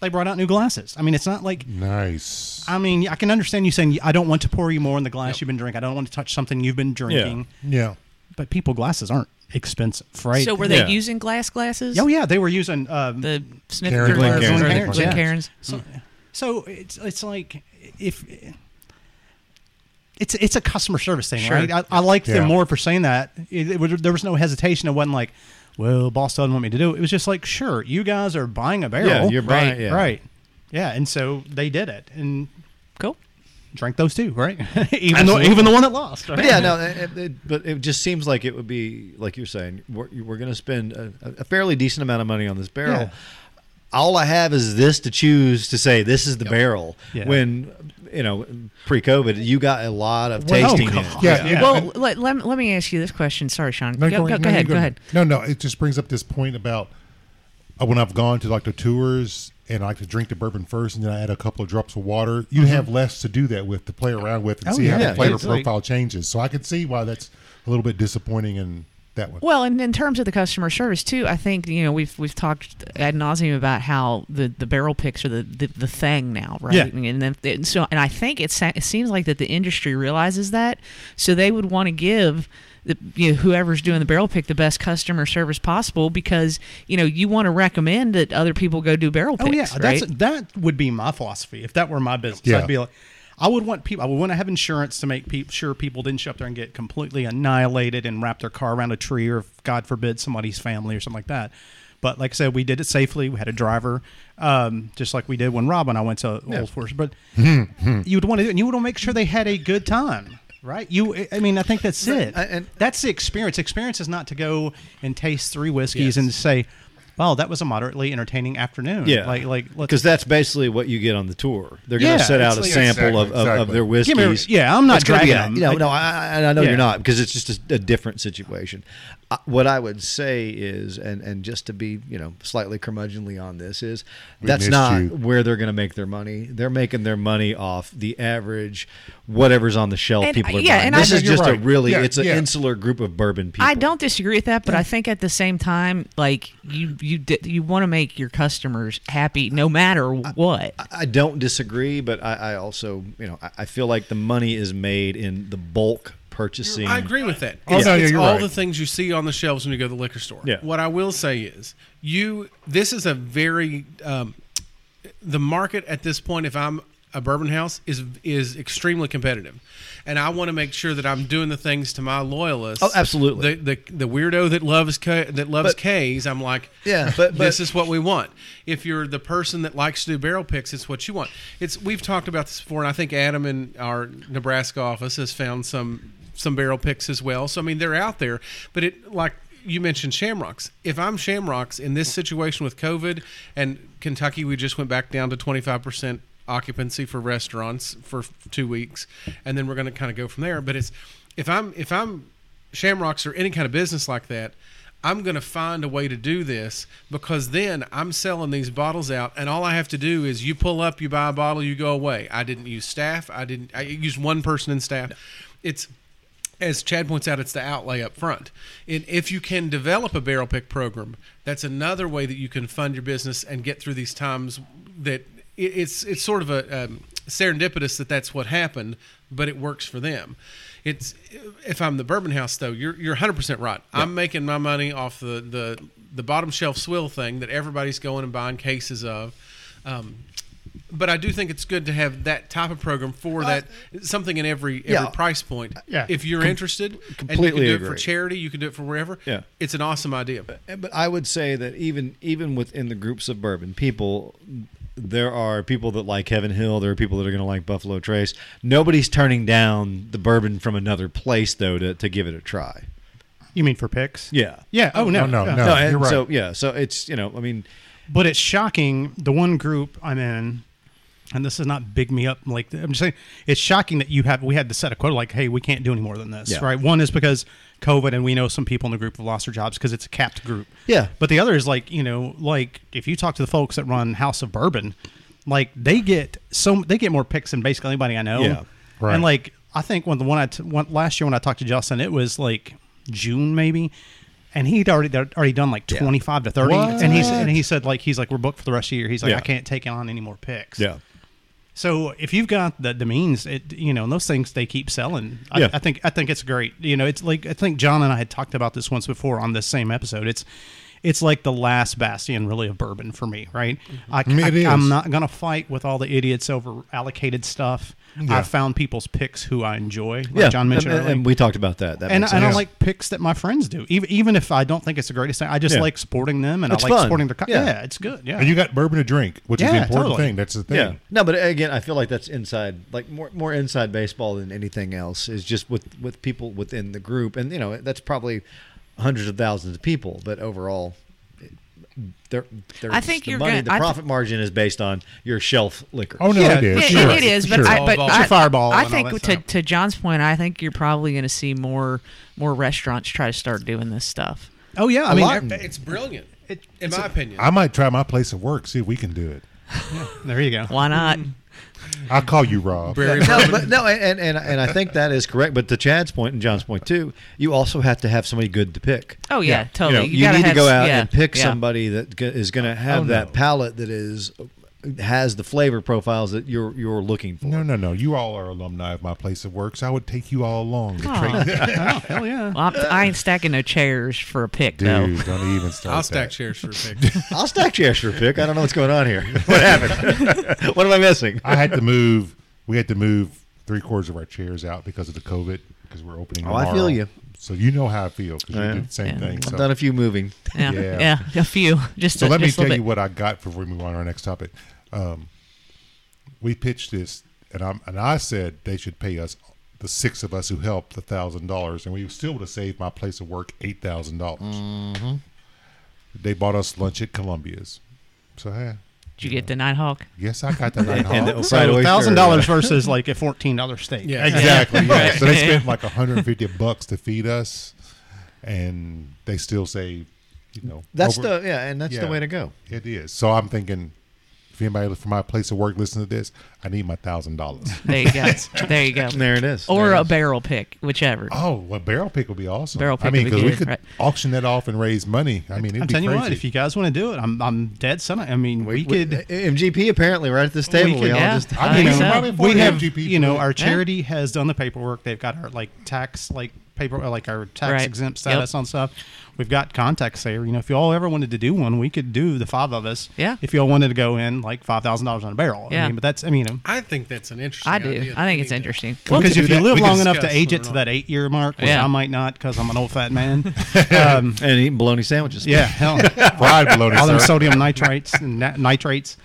They brought out new glasses. I mean, it's not like nice. I mean, I can understand you saying I don't want to pour you more in the glass you've been drinking. I don't want to touch something you've been drinking. yeah. But people glasses aren't expensive, right? So were they Yeah. using glass glasses? Oh yeah, they were using. Um, The Smith Karen or the- Glencairn. or the Glencairn, yeah. Glencairns? Hmm. so, so it's it's like if it's it's a customer service thing, Sure. right? I, I liked Yeah. them more for saying that. It, it was, there was no hesitation. It wasn't like, well, boss doesn't want me to do it. It was just like, sure, you guys are buying a barrel, you're buying- Right. yeah. right? Yeah, and so they did it, and Cool. drank those two, right? even though, even the one that lost. Right? But yeah, no, it, it, but it just seems like it would be like you're saying. We're, you- we're going to spend a, a fairly decent amount of money on this barrel. Yeah. All I have is this to choose to say this is the barrel. Yeah. When you know pre-COVID, you got a lot of Well, oh, tasting. come in. on. Yeah. Yeah. Well, let, let, let me ask you this question. Sorry, Sean. No, go, go- go no, ahead. you Go ahead. No, no, it just brings up this point about uh, when I've gone to like the tours and I like to drink the bourbon first and then I add a couple of drops of water, you have less to do that with to play around with and Oh, see how yeah. the flavor It's like- profile changes. So I can see why that's a little bit disappointing in that one. Well, and in terms of the customer service too, I think you know we've we've talked ad nauseum about how the, the barrel picks are the, the, the thing now, right? Yeah. And then and so and I think it, sa- it seems like that the industry realizes that, so they would want to give the, you know, whoever's doing the barrel pick the best customer service possible because you know you want to recommend that other people go do barrel picks. Oh yeah, right? that's that would be my philosophy if that were my business. Yeah. I'd be like, I would want people. I would want to have insurance to make peop sure people didn't show up there and get completely annihilated and wrap their car around a tree or, God forbid, somebody's family or something like that. But like I said, we did it safely. We had a driver, um, just like we did when Rob and I went to Old Forest. But you would want to, do it, and you would want to make sure they had a good time, right? You, I mean, I think that's it. I- and- that's the experience. Experience is not to go and taste three whiskeys and say, wow, that was a moderately entertaining afternoon. Yeah, like like let's- because that's basically what you get on the tour. They're going to Yeah, set out a it's like- sample of, of, Exactly, of their Give me- whiskeys. yeah, I'm not It's gonna be dragging them. a- you know, Like- no, I, I- I know Yeah. you're not because it's just a, a different situation. I, what I would say is, and and just to be you know slightly curmudgeonly on this is, that's missed not you. where they're going to make their money. They're making their money off the average whatever's on the shelf And, people are yeah, buying. and I this is think you're just a right. really Yeah, it's an yeah. insular group of bourbon people. I don't disagree with that, but I think at the same time, like you, you did, you want to make your customers happy no matter what. I don't disagree, but I, I also, you know, I, I feel like the money is made in the bulk purchasing. I agree with that. Oh, It's, no, it's you're all right. the things you see on the shelves when you go to the liquor store. Yeah. What I will say is, you this is a very um, the market at this point. If I'm a bourbon house, is is extremely competitive, and I want to make sure that I'm doing the things to my loyalists. Oh, absolutely. The the, the weirdo that loves K, that loves But- K's, I'm like, Yeah, but- but- this is what we want. If you're the person that likes to do barrel picks, it's what you want. It's we've talked about this before, and I think Adam in our Nebraska office has found some some barrel picks as well. So I mean, they're out there, but it like you mentioned Shamrocks. If I'm Shamrocks in this situation with COVID and Kentucky, we just went back down to 25 percent occupancy for restaurants for two weeks, and then we're going to kind of go from there. But it's if I'm if I'm Shamrocks or any kind of business like that, I'm going to find a way to do this because then I'm selling these bottles out, and all I have to do is you pull up, you buy a bottle, you go away. I didn't use staff. I didn't. I used one person in staff. It's as Chad points out, it's the outlay up front. And if you can develop a barrel pick program, that's another way that you can fund your business and get through these times. That it- it's it's sort of a um, serendipitous that that's what happened, but it works for them. It's if I'm the bourbon house though, you're you're 100 percent right. I'm making my money off the the the bottom shelf swill thing that everybody's going and buying cases of. Um, but I do think it's good to have that type of program for that something in every every Yeah. price point. Yeah. If you're interested, and completely you can do it for agree. charity, you can do it for wherever. Yeah. It's an awesome idea. but I would say that even even within the groups of bourbon people, there are people that like Heaven Hill. There are people that are going to like Buffalo Trace. Nobody's turning down the bourbon from another place though to, to give it a try. you mean for picks? Yeah. Yeah. Oh no. no, no, yeah. no. No, and you're right. so yeah, so it's you know, I mean, But it's shocking. The one group I'm in, and this is not big me up. Like I'm just saying, it's shocking that you have. We had to set a quota. Like, hey, we can't do any more than this, Yeah. right? One is because COVID, and we know some people in the group have lost their jobs because it's a capped group. Yeah. But the other is like you know, like if you talk to the folks that run House of Bourbon, like they get so they get more picks than basically anybody I know. Yeah. Right. And like I think when the one I t- one, last year when I talked to Justin, it was like June maybe. And he'd already already done like twenty five to thirty, and he's and he said like he's like we're booked for the rest of the year. He's like Yeah. I can't take on any more picks. yeah. So if you've got the, the means, it you know, and those things they keep selling. I, Yeah. I think I think it's great. You know, it's like I think John and I had talked about this once before on this same episode. It's it's like the last bastion really of bourbon for me, right? Mm-hmm. I, It is. am not gonna fight with all the idiots over allocated stuff. I found people's picks who I enjoy, like yeah. John mentioned and, earlier. and we talked about that. that and, makes and I sense. like picks that my friends do, even even if I don't think it's the greatest thing. I just Yeah. like supporting them, and It's I like fun. supporting their. Co- Yeah. yeah. it's good. Yeah, and you got bourbon to drink, which is the Yeah, important totally. thing. That's the thing. Yeah. No, but again, I feel like that's inside, like more more inside baseball than anything else. Is just with with people within the group, and you know that's probably hundreds of thousands of people. But overall, there, I think the you're money, gonna- the I th- profit margin is based on your shelf liquor. Oh no, Yeah, it is. It- Sure. it is, but Sure. I, but Fireball. I, Fireball I and all think that to, stuff. to John's point, I think you're probably going to see more more restaurants try to start doing this stuff. oh yeah, I A mean, lot. there- It's brilliant, in my opinion. I might try my place of work. See if we can do it. there you go. Why not? I'll call you, Rob. Very no, bourbon. but no, and, and and I think that is correct. But to Chad's point and John's point too, you also have to have somebody good to pick. Oh yeah, you, know, totally. you, gotta need to have- go out yeah, and pick yeah. somebody that g- is going to have Oh, that no. palette that is has the flavor profiles that you're you're looking for. No, no, no. You all are alumni of my place of work, so I would take you all along. to Aw. trade- oh hell yeah. Well, I'm, I ain't stacking no chairs for a pick though. Dude, don't even start. I'll that. stack chairs for a pick. I'll stack your extra pick. I don't know what's going on here. What happened? what am I missing? I had to move. We had to move three quarters of our chairs out because of the COVID because we're opening. Oh, I tomorrow. feel you. So you know how I feel because Yeah. you did the same Yeah. thing. I've So, done a few moving. Yeah, Yeah. yeah, a few. Just so a, let me just tell a little you bit. what I got before we move on to our next topic. Um, we pitched this, and I and I said they should pay us the six of us who helped the Mm-hmm. thousand dollars, and we still would have saved my place of work eight dollars. They bought us lunch at Columbia's. So hey, Did you get the Nighthawk? Yes, I got the night And the hawk. fried So oyster, thousand dollars uh, versus like a fourteen dollar steak. Yeah. Exactly. Yeah. So they spent like 150 bucks to feed us, and they still say, you know, That's over- the yeah, and that's Yeah. the way to go. It is. So I'm thinking, if anybody from my place of work listens to this, I need my thousand dollars. There you go. there you go. There it is. Or There it a is. barrel pick, whichever. Oh, well, barrel pick would be awesome. Barrel I pick mean, would be because we good, could right. auction that off and raise money. I mean, it'd I'm be telling crazy. you what, if you guys want to do it, I'm I'm dead son. I mean, we, We- uh, could. MGP apparently right at this table. We, could, all yeah. just I I mean, think so. probably afford we an have, MGP you know, book. our charity has done the paperwork. They've got our like tax, like paper, uh, like our tax Right. exempt Yep. status on stuff. We've got contacts there. You know, if y'all ever wanted to do one, we could do the five of us. Yeah. If y'all wanted to go in like five thousand dollars on a barrel. I Yeah. mean, but that's I mean, you know, I think that's an interesting. I do. idea. I think it's We need to- interesting. we because could if do you that. live We can long enough to discuss age it whether to or that eight year mark, which Yeah. I might not because I'm an old fat man. and eating bologna sandwiches. yeah. Hell. fried bologna, all them sir. sodium nitrates and na- nitrates.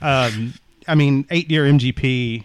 Um, I mean, eight year MGP,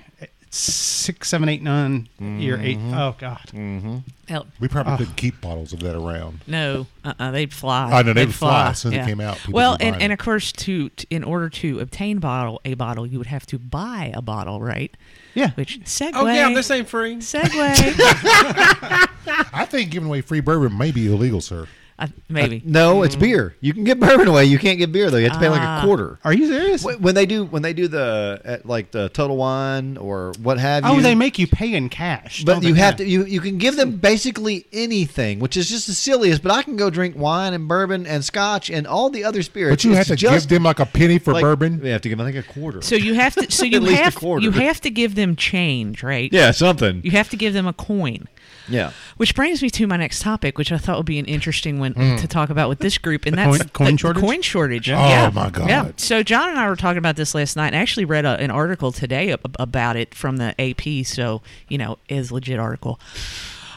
six, seven, eight, nine year eight. Oh God, Help. we probably couldn't keep bottles of that around. No, uh-uh, they'd fly. I know, they would fly as soon as it came out, people Well, would be and, buying and it. of course, to, t in order to obtain bottle a bottle, you would have to buy a bottle, right? yeah. Which segue. Oh yeah, this ain't free. segue. I think giving away free bourbon may be illegal, sir. Uh, maybe. Mm-hmm. No, it's beer. You can get bourbon away. You can't get beer though. You have to pay Ah. like a quarter. Are you serious? Wh- When they do, when they do the at like the Total Wine or what have you. oh, they make you pay in cash. But don't you they? have Yeah. to you you can give them basically anything, which is just the silliest. But I can go drink wine and bourbon and scotch and all the other But spirits. you It's have to just give them like a penny for like- bourbon. We have to give them like a quarter. So you have to. So you least a have quarter. you have to give them change, right? yeah, something. You have to give them a coin. Yeah. Which brings me to my next topic, which I thought would be an interesting one to talk about with this group, and that's coin- coin the shortage? coin shortage. Oh, Yeah. my God. Yeah. So John and I were talking about this last night, and I actually read a, an article today ab- about it from the AP. So you know, is legit article.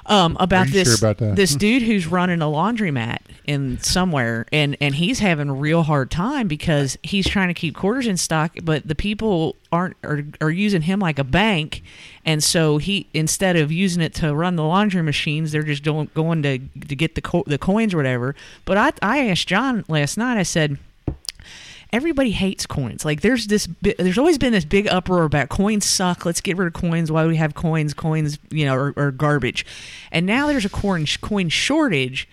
Um, about you this sure about that? this dude who's running a laundromat in somewhere, and and he's having a real hard time because he's trying to keep quarters in stock, but the people aren't are, are using him like a bank, and so he instead of using it to run the laundry machines, they're just going going to to get the co- the coins or whatever. But I I asked John last night. I said everybody hates coins. Like there's this, bi- there's always been this big uproar about coins suck. Let's get rid of coins. Why do we have coins? Coins, you know, are, are garbage. And now there's a coin coin shortage.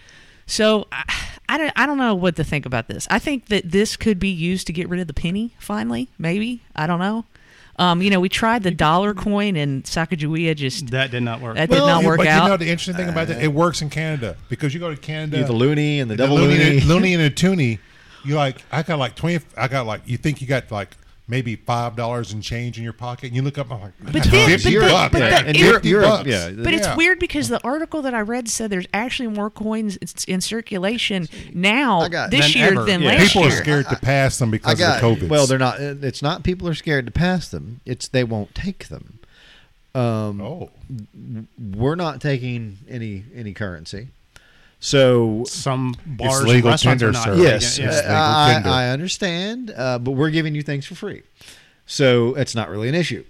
So I, I don't, I don't know what to think about this. I think that this could be used to get rid of the penny finally. Maybe I don't know. Um, you know, we tried the dollar coin and Sacagawea just that That did not work. did not Yeah, work but out. you know the interesting thing about that, it works in Canada because you go to Canada, You Uh, the loony and the the double loony, loony. and- loony and a toonie. You like I got like twenty. I got like you think you got like maybe five dollars in change in your pocket, and you look up. I'm like, I got then- but 50 then- bucks. but I then- got And $50 Europe- Europe, bucks. yeah. But Yeah. it's weird because the article that I read said there's actually more coins it's in circulation now I got- this Than year ever. than Yeah. last People are year. scared to pass them because I got. of the COVID. Well, they're not. uh, It's not. People are scared to pass them. It's they won't take them. Um, Oh, We're not taking any any currency. So Some bars, and legal restaurants tender, are not. sir. Yeah, Yes, uh, yeah, It's yeah. legal I, tender. I understand, uh, but we're giving you things for free, so it's not really an issue.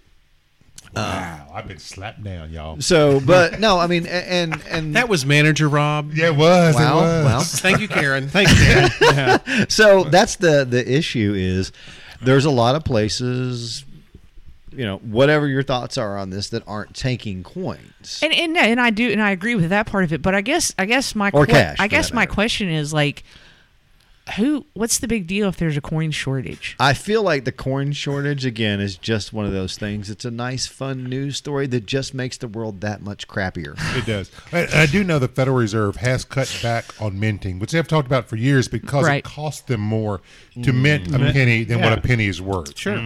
uh, wow! I've been slapped down, y'all. So, but no, I mean, a- and and That was manager Rob. Yeah, it was. wow, it wow. was. Thank you, Karen. Thank you. Karen. So that's the the issue is there's a lot of places, you know, whatever your thoughts are on this that aren't taking coins. And, and and I do and I agree with that part of it, but I guess I guess my Or cash, I for guess that my matter. question is like, who? What's the big deal if there's a coin shortage? I feel like the coin shortage again is just one of those things. It's a nice, fun news story that just makes the world that much crappier. It does. I, I do know the Federal Reserve has cut back on minting, which they've talked about for years because Right. it costs them more to mint a penny than what Yeah. a penny is worth. Sure.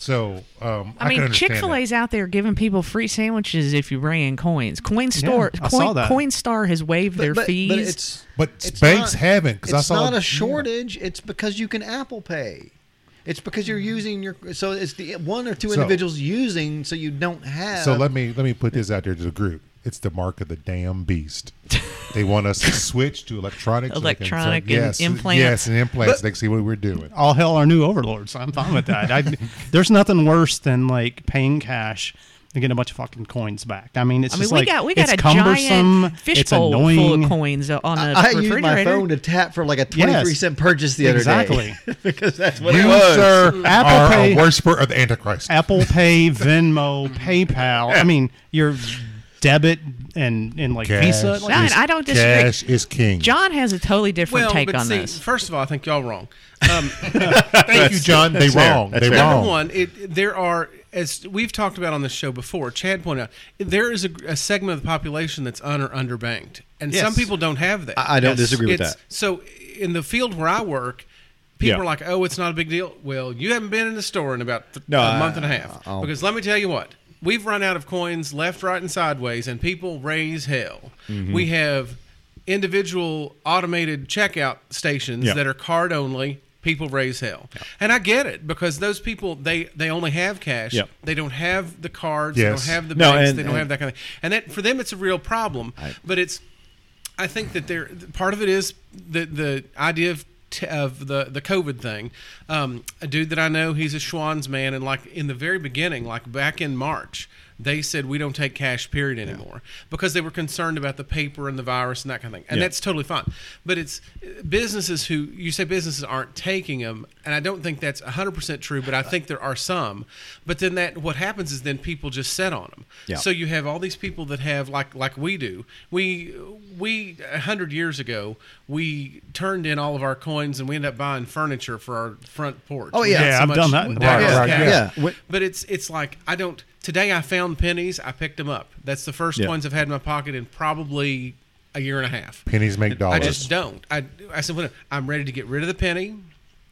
So um, I, I can mean, understand Chick Fil A's out there giving people free sandwiches if you bring in coins. Coin Store, I saw coin, that. Coinstar has waived their but, fees. But it's that. But it's banks not- haven't because I It's saw not a shortage. It's because you can Apple Pay. It's because you're using your. So it's the one or two So- individuals using, so you don't have. So let me let me put this out there to the group. It's the mark of the damn beast. they want us to switch to electronics. so they can- so Electronic and yes, implants. Yes, and implants. they can see what we're doing. all hell our new overlords. I'm fine with that. I, there's nothing worse than like paying cash and get a bunch of fucking coins back. I mean, it's I mean, just we like got we got it's a cumbersome, giant it's fishbowl full annoying. of coins on the I refrigerator. used my phone to tap for like a Yes. twenty-three cent purchase the other day. Exactly. because that's what You, it was. sir, Apple are Pay- a worshiper of the Antichrist. Apple Pay, Venmo, PayPal. I mean, your debit and and like Cash Visa. Like, No, and is- I don't disagree. Cash is king. John has a totally different Well, take but on see, this. first of all, I think y'all wrong. Um, Thank you, John. They fair. wrong. That's They fair. wrong. Number one, it, there are, as we've talked about on this show before, Chad pointed out, there is a, a segment of the population that's un or underbanked. And some people don't have that. I- I don't disagree with It's- that. So in the field where I work, people Yeah. are like, oh, it's not a big deal. Well, you haven't been in the store in about th- No, a I- month and a half. I'll- because let me tell you what. We've run out of coins left, right, and sideways, and people raise hell. Mm-hmm. We have individual automated checkout stations Yeah. that are card only. People raise hell, and I get it because those people they they only have cash. Yeah. They don't have the cards. Yes. They don't have the No, banks. and- they don't and- have that kind of. And that for them, it's a real problem. but it's I think that there part of it is the the idea of t- of the the COVID thing. Um, a dude that I know, he's a Schwann's man, and like in the very beginning, like back in March, they said we don't take cash period anymore because they were concerned about the paper and the virus and that kind of thing, and Yeah. that's totally fine. But it's uh, businesses who you say businesses aren't taking them, and I don't think that's hundred percent true, but I think there are some. But then that what happens is then people just set on them. Yeah. So you have all these people that have like like we do. We we a hundred years ago we turned in all of our coins and we ended up buying furniture for our front porch. Oh, We yeah. had Yeah, so I've much- done that. that Right, was right, cash. yeah. Yeah. But it's it's like I don't. Today I found pennies. I picked them up. That's the first Yeah. coins I've had in my pocket in probably a year and a half. Pennies make dollars. I just don't. I I said I'm ready to get rid of the penny.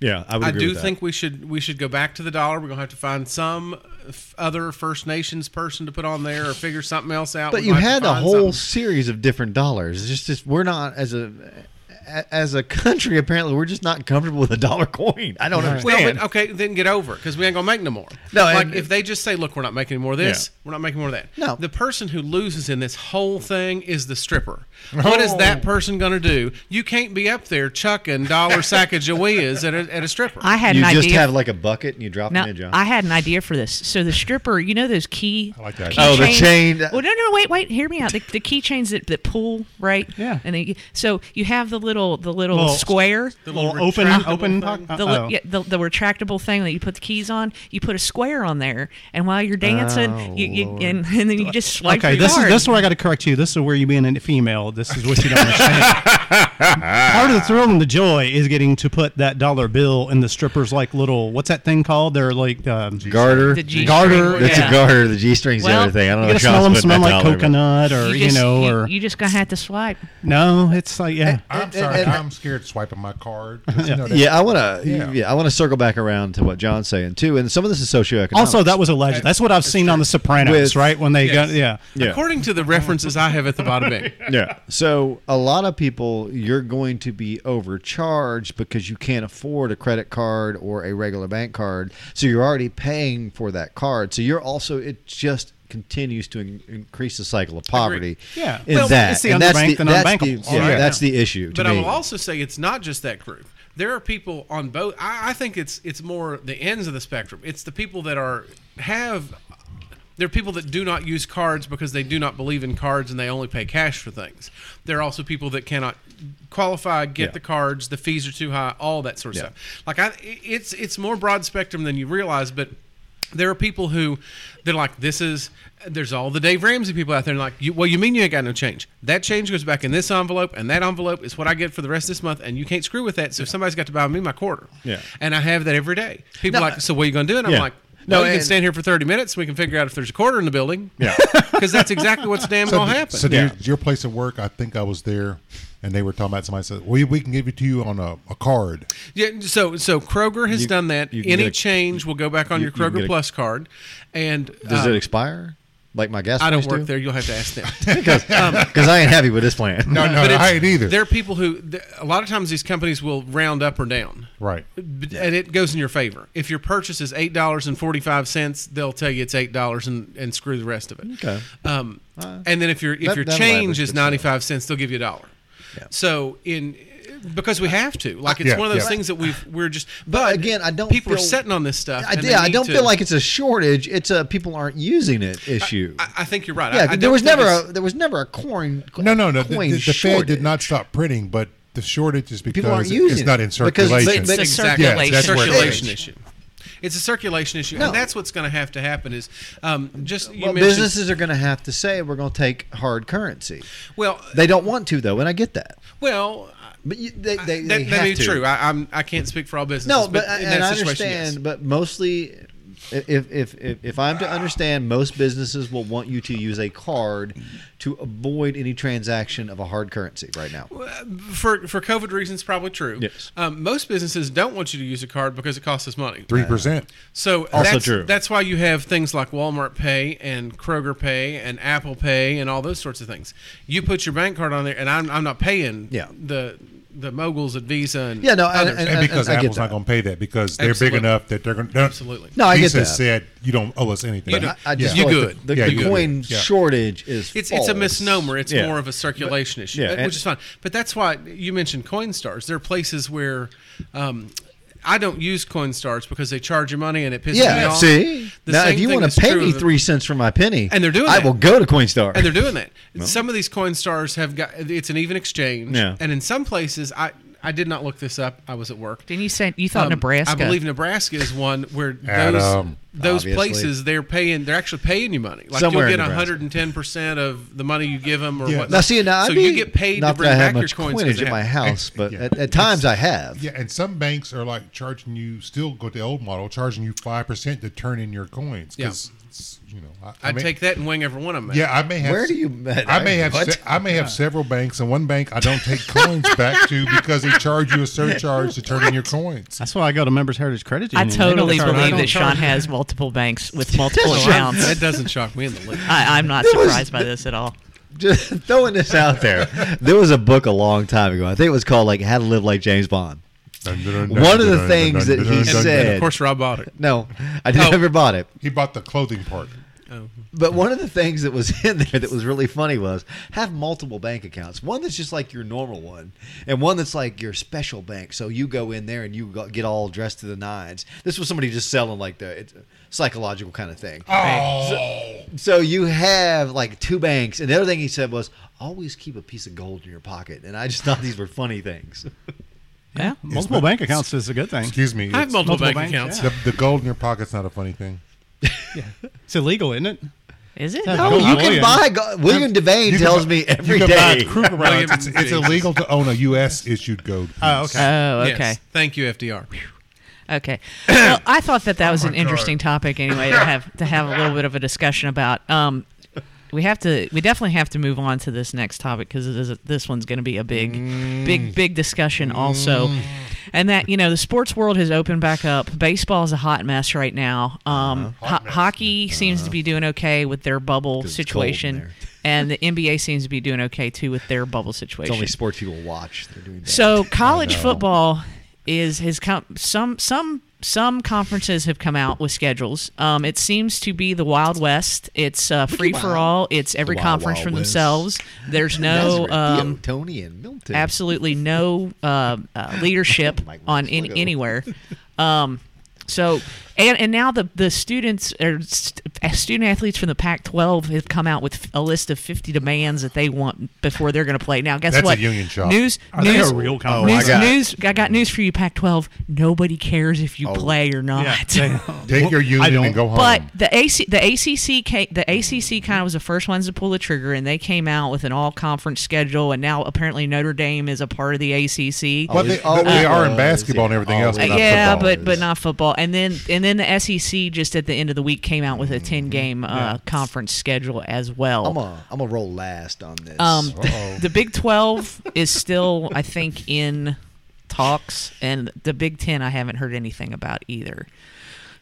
Yeah, I would. I agree do with that. think we should we should go back to the dollar. We're gonna have to find some f- other First Nations person to put on there or figure something else out. But We you might have had to a find whole something. series of different dollars. It's just, just we're not as a a- as a country apparently we're just not comfortable with a dollar coin. I don't Well, understand. but, okay, then get over it because we ain't gonna make no more. No, like and- if they just say, "Look, we're not making any more of this. We're not making more of that." No. the person who loses in this whole thing is the stripper. What Oh. is that person gonna do? You can't be up there chucking dollar sacagaweas at a, at a stripper. I had you an just idea. have like a bucket and you drop Now, it in, John. I had an idea for this. So the stripper, you know those key. I like that. key Oh, the chains- chain- Well, no, no, wait, wait. Hear me out. The, the keychains that, that pull, right? Yeah. And they, so you have the little the little Well, square. little open retractable open thing. pocket. the, Uh-oh. li- yeah, the the retractable thing that you put the keys on, you put a square on there, and while you're dancing, Oh, you, you and, and then you just swipe Okay, your this card. is this is where I got to correct you. This is where you being a female. This is what you don't understand. Part of the thrill and the joy is getting to put that dollar bill in the strippers like little what's that thing called? They're like um, garter. The G-string. Garter. That's Yeah. a garter. The G string's the Well, other thing. I don't You gotta know. if smell Sean's them. putting Smell that like dollar, but- coconut, or You you, just- know, you- or you just gonna have to swipe. no, it's like yeah. I'm sorry. I'm scared swiping my card. 'cause, you know, that- Yeah, I want to. Yeah. Yeah. I want to circle back around to what John's saying too, and some of this is socioeconomic. oh, Also, that was alleged. That's what I've seen on The Sopranos, With- right? When they Yes. got yeah. Yeah. According to the references I have at the bottom end. yeah. So a lot of people, you're going to be overcharged because you can't afford a credit card or a regular bank card. So you're already paying for that card. So you're also it just continues to in- increase the cycle of poverty. Yeah. in Well, that it's the and that's the underbanked and that's the, unbankable. yeah, Right. that's the issue. to Oh, But I me. will also say it's not just that group. There are people on both. I, I think it's it's more the ends of the spectrum. It's the people that are have. There are people that do not use cards because they do not believe in cards and they only pay cash for things. There are also people that cannot qualify, get Yeah. the cards, the fees are too high, all that sort of Yeah. stuff. Like I, it's it's more broad spectrum than you realize, but. There are people who, they're like, this is. There's all the Dave Ramsey people out there, and like, you, well, you mean you ain't got no change? That change goes back in this envelope, and that envelope is what I get for the rest of this month, and you can't screw with that. So somebody's got to buy me my quarter. Yeah. And I have that every day. People No, are like, so what are you gonna do? And yeah. I'm like, No, no, you and- can stand here for 30 minutes. and We can figure out if there's a quarter in the building. Yeah. Because that's exactly what's damn So, gonna the- happen. so the- your place of work, I think I was there, and they were talking about somebody said, "We we can give it to you on a, a card." Yeah, so so Kroger has You- done that. you can Any get a- change will go back on you- your you can get Kroger a- Plus card, and does uh, it expire? Like my gas. I don't price work do? there. Um, You'll have to ask them. because I ain't happy with this plan. No, no, But no it's- I ain't either. There are people who th- a lot of times these companies will round up or down. Right. B- And it goes in your favor. If your purchase is eight dollars and forty five cents, they'll tell you it's eight dollars and, and screw the rest of it. Okay. Um, and then if your if Uh, That- your that'll change average is itself. ninety five cents, they'll give you a dollar. So in because we have to. Like it's Yeah, one of those yeah. things that we've we're just. But again, I don't People are feel- sitting on this stuff. I, and they yeah, I need don't to- feel like it's a shortage. It's a people aren't using it issue. I, I think you're right. I- yeah, I 'cause there don't was think never it's- a there was never a coin. No, no, no. The, Coin the- the Fed shortage. did not stop printing, but the shortage is because People aren't using it's not it. in Because they- circulation. they- It's a Exactly. circulation, Yes, that's where it circulation is. issue. It's a circulation issue, No. and that's what's going to have to happen. Is um, just you Well, mentioned- businesses are going to have to say we're going to take hard currency. Well, They don't want to though, and I get that. well, But you, they, they, Uh, that, they that have may be to. true. I, I'm I can't speak for all businesses. No, but, in and that I situation, yes. understand. But mostly, if, if if if I'm to understand, most businesses will want you to use a card to avoid any transaction of a hard currency right now. for for COVID reasons, probably true. Yes. Um, most businesses don't want you to use a card because it costs us money. Three percent. So Also that's, true. That's why you have things like Walmart Pay and Kroger Pay and Apple Pay and all those sorts of things. You put your bank card on there, and I'm, I'm not paying Yeah. the the moguls at Visa and Yeah, no, others. And because I get Apple's that. not going to pay that because they're Absolutely. big enough that they're going to. Absolutely. No, I get Visa that. said you don't owe us anything. You don't- I just You feel like good. The, the Yeah, you good. coin Yeah. shortage is It's, it's a false. misnomer. It's Yeah. more of a circulation issue, yeah, which and- is fine. But that's why you mentioned CoinStars. There are places where um, I don't use CoinStars because they charge you money and it pisses me Yeah, off. see. The now, same if you thing want is to pay true me of- three cents for my penny, And they're doing I that. will go to Coinstar. and they're doing that. Some of these CoinStars have got it's an even exchange, Yeah. and in some places, I I did not look this up. I was at work. Didn't you say you thought Um, Nebraska? I believe Nebraska is one where those Adam. those um, Obviously. places they're paying they're actually paying you money. Like Somewhere in you'll get Nebraska. hundred and ten percent of the money you give them or Yeah. what. now, see, now so I mean, you get paid not to bring that I back have your much coins. 'cause coinage they at my have- house, but yeah. at, at times I have. Yeah, and some banks are like charging you. Still go to the old model, charging you five percent to turn in your coins. Yeah. 'cause it's, you know, I, I I'd may- take that and wing every one of them. Yeah, I may have. Where do you- I may have. What? se- I may have several banks, and one bank I don't take coins back to because they charge you a surcharge to turn in your coins. That's why I go to Members Heritage Credit I Union. They don't totally charge- I believe don't that Sean charge- has multiple banks with multiple accounts. that doesn't shock me in the least. I, I'm not was- surprised by this at all. just throwing this out there. There was a book a long time ago. I think it was called like How to Live Like James Bond. One of the things that he And, and said- of course, Rob bought it. No, I didn't Oh. ever bought it. He bought the clothing part. But one of the things that was in there that was really funny was have multiple bank accounts. One that's just like your normal one, and one that's like your special bank. So you go in there and you go- get all dressed to the nines. This was somebody just selling like the it's a psychological kind of thing. Uh, Oh, So you have like two banks, and the other thing he said was always keep a piece of gold in your pocket. And I just thought these were funny things. Yeah. Multiple bank accounts is a good thing. excuse me. I have it's- multiple, multiple bank banks, accounts. yeah. the, the gold in your pocket's not a funny thing. It's illegal, isn't it? Is it? Oh, Yeah. No, Gold you can bullion. buy gold. William You Devane can tells buy- me every you can day. Buy Kruger rounds. William it's, it's James. illegal to own a U.S. issued gold. Oh, okay. Oh, okay. Yes. Thank you, FDR. Okay. Well, I thought that that was Oh an my interesting topic anyway to have to have a little bit of a discussion about. Um, we have to we definitely have to move on to this next topic because this one's going to be a big, Mm. big, big discussion also. And that you know the sports world has opened back up. Baseball is a hot mess right now. Uh-huh. Um, ho- hockey seems to be doing okay with their bubble it's cold in situation, there. and the NBA seems to be doing okay too with their bubble situation. It's only sports you will watch. They're doing that. So college football is has come some some some conferences have come out with schedules. Um, it seems to be the Wild West. It's uh, free for all. It's every Wild, conference Wild for West. themselves. There's no Nazareth, um, Theo, Tony and Milton. absolutely no uh, uh, leadership Mike on Williams, in, Lego. anywhere. Um, so and and now the the students or st- student athletes from the Pac-12 have come out with a list of 50 demands that they want before they're going to play. Now guess That's a what? union shop. News Are they a news real Oh, I news, conference? got it. news, I got news for you, Pac-12. Nobody cares if Oh. you play or not. Yeah, they- Take your I union don't- and go home. But the AC, the ACC, ca- the ACC kind of was the first ones to pull the trigger, and they came out with an all-conference schedule, and now apparently Notre Dame is a part of the ACC. Well, Oh, they, Always- they are in always, basketball and yeah, everything else. Uh, but not yeah, football. but but not football. And then and then the SEC just at the end of the week came out with Mm-hmm. a ten-game uh, conference schedule as well. I'm a I'm a roll last on this. Um, the, the Big 12 is still, I think, in talks, and the Big 10 I haven't heard anything about either.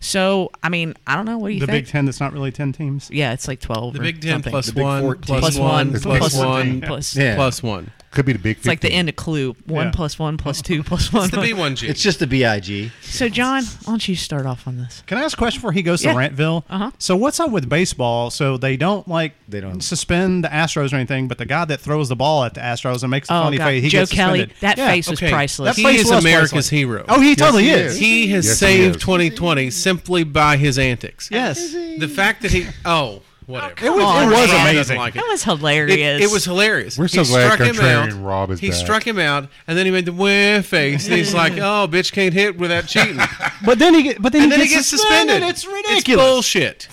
So, I mean, I don't know. What do you the think? Big Ten that's not really 10 teams. Yeah, it's like 12. The or Big Ten something. plus Big one, 14. plus Plus one, one, plus plus one, one, plus- plus one. Could be the big. It's like the 15. end of Clue. One Yeah. plus one plus two plus one. It's the B1G. It's just a BIG. So, John, why don't you start off on this? Can I ask a question before he goes Yeah. to Rantville? Uh-huh. So what's up with baseball? So they don't like They don't- suspend the Astros or anything, but the guy that throws the ball at the Astros and makes a Oh, funny God. face, he Joe gets Kelly. suspended. That Yeah. face was Okay. priceless. That He face is was America's priceless. hero. Oh, he totally he is. is. He has Yes, he saved is. 2020 simply by his antics. Yes. The fact that he oh whatever. come It was- it on, was man. amazing. Like it. That was It, hilarious. it was hilarious. We're so he glad struck him out. Contrarian Rob is he back. struck him out, and then he made the wah face. And he's like, "Oh, bitch can't hit without cheating." But then he get, but then, and he, then gets he gets suspended. It's ridiculous. bullshit.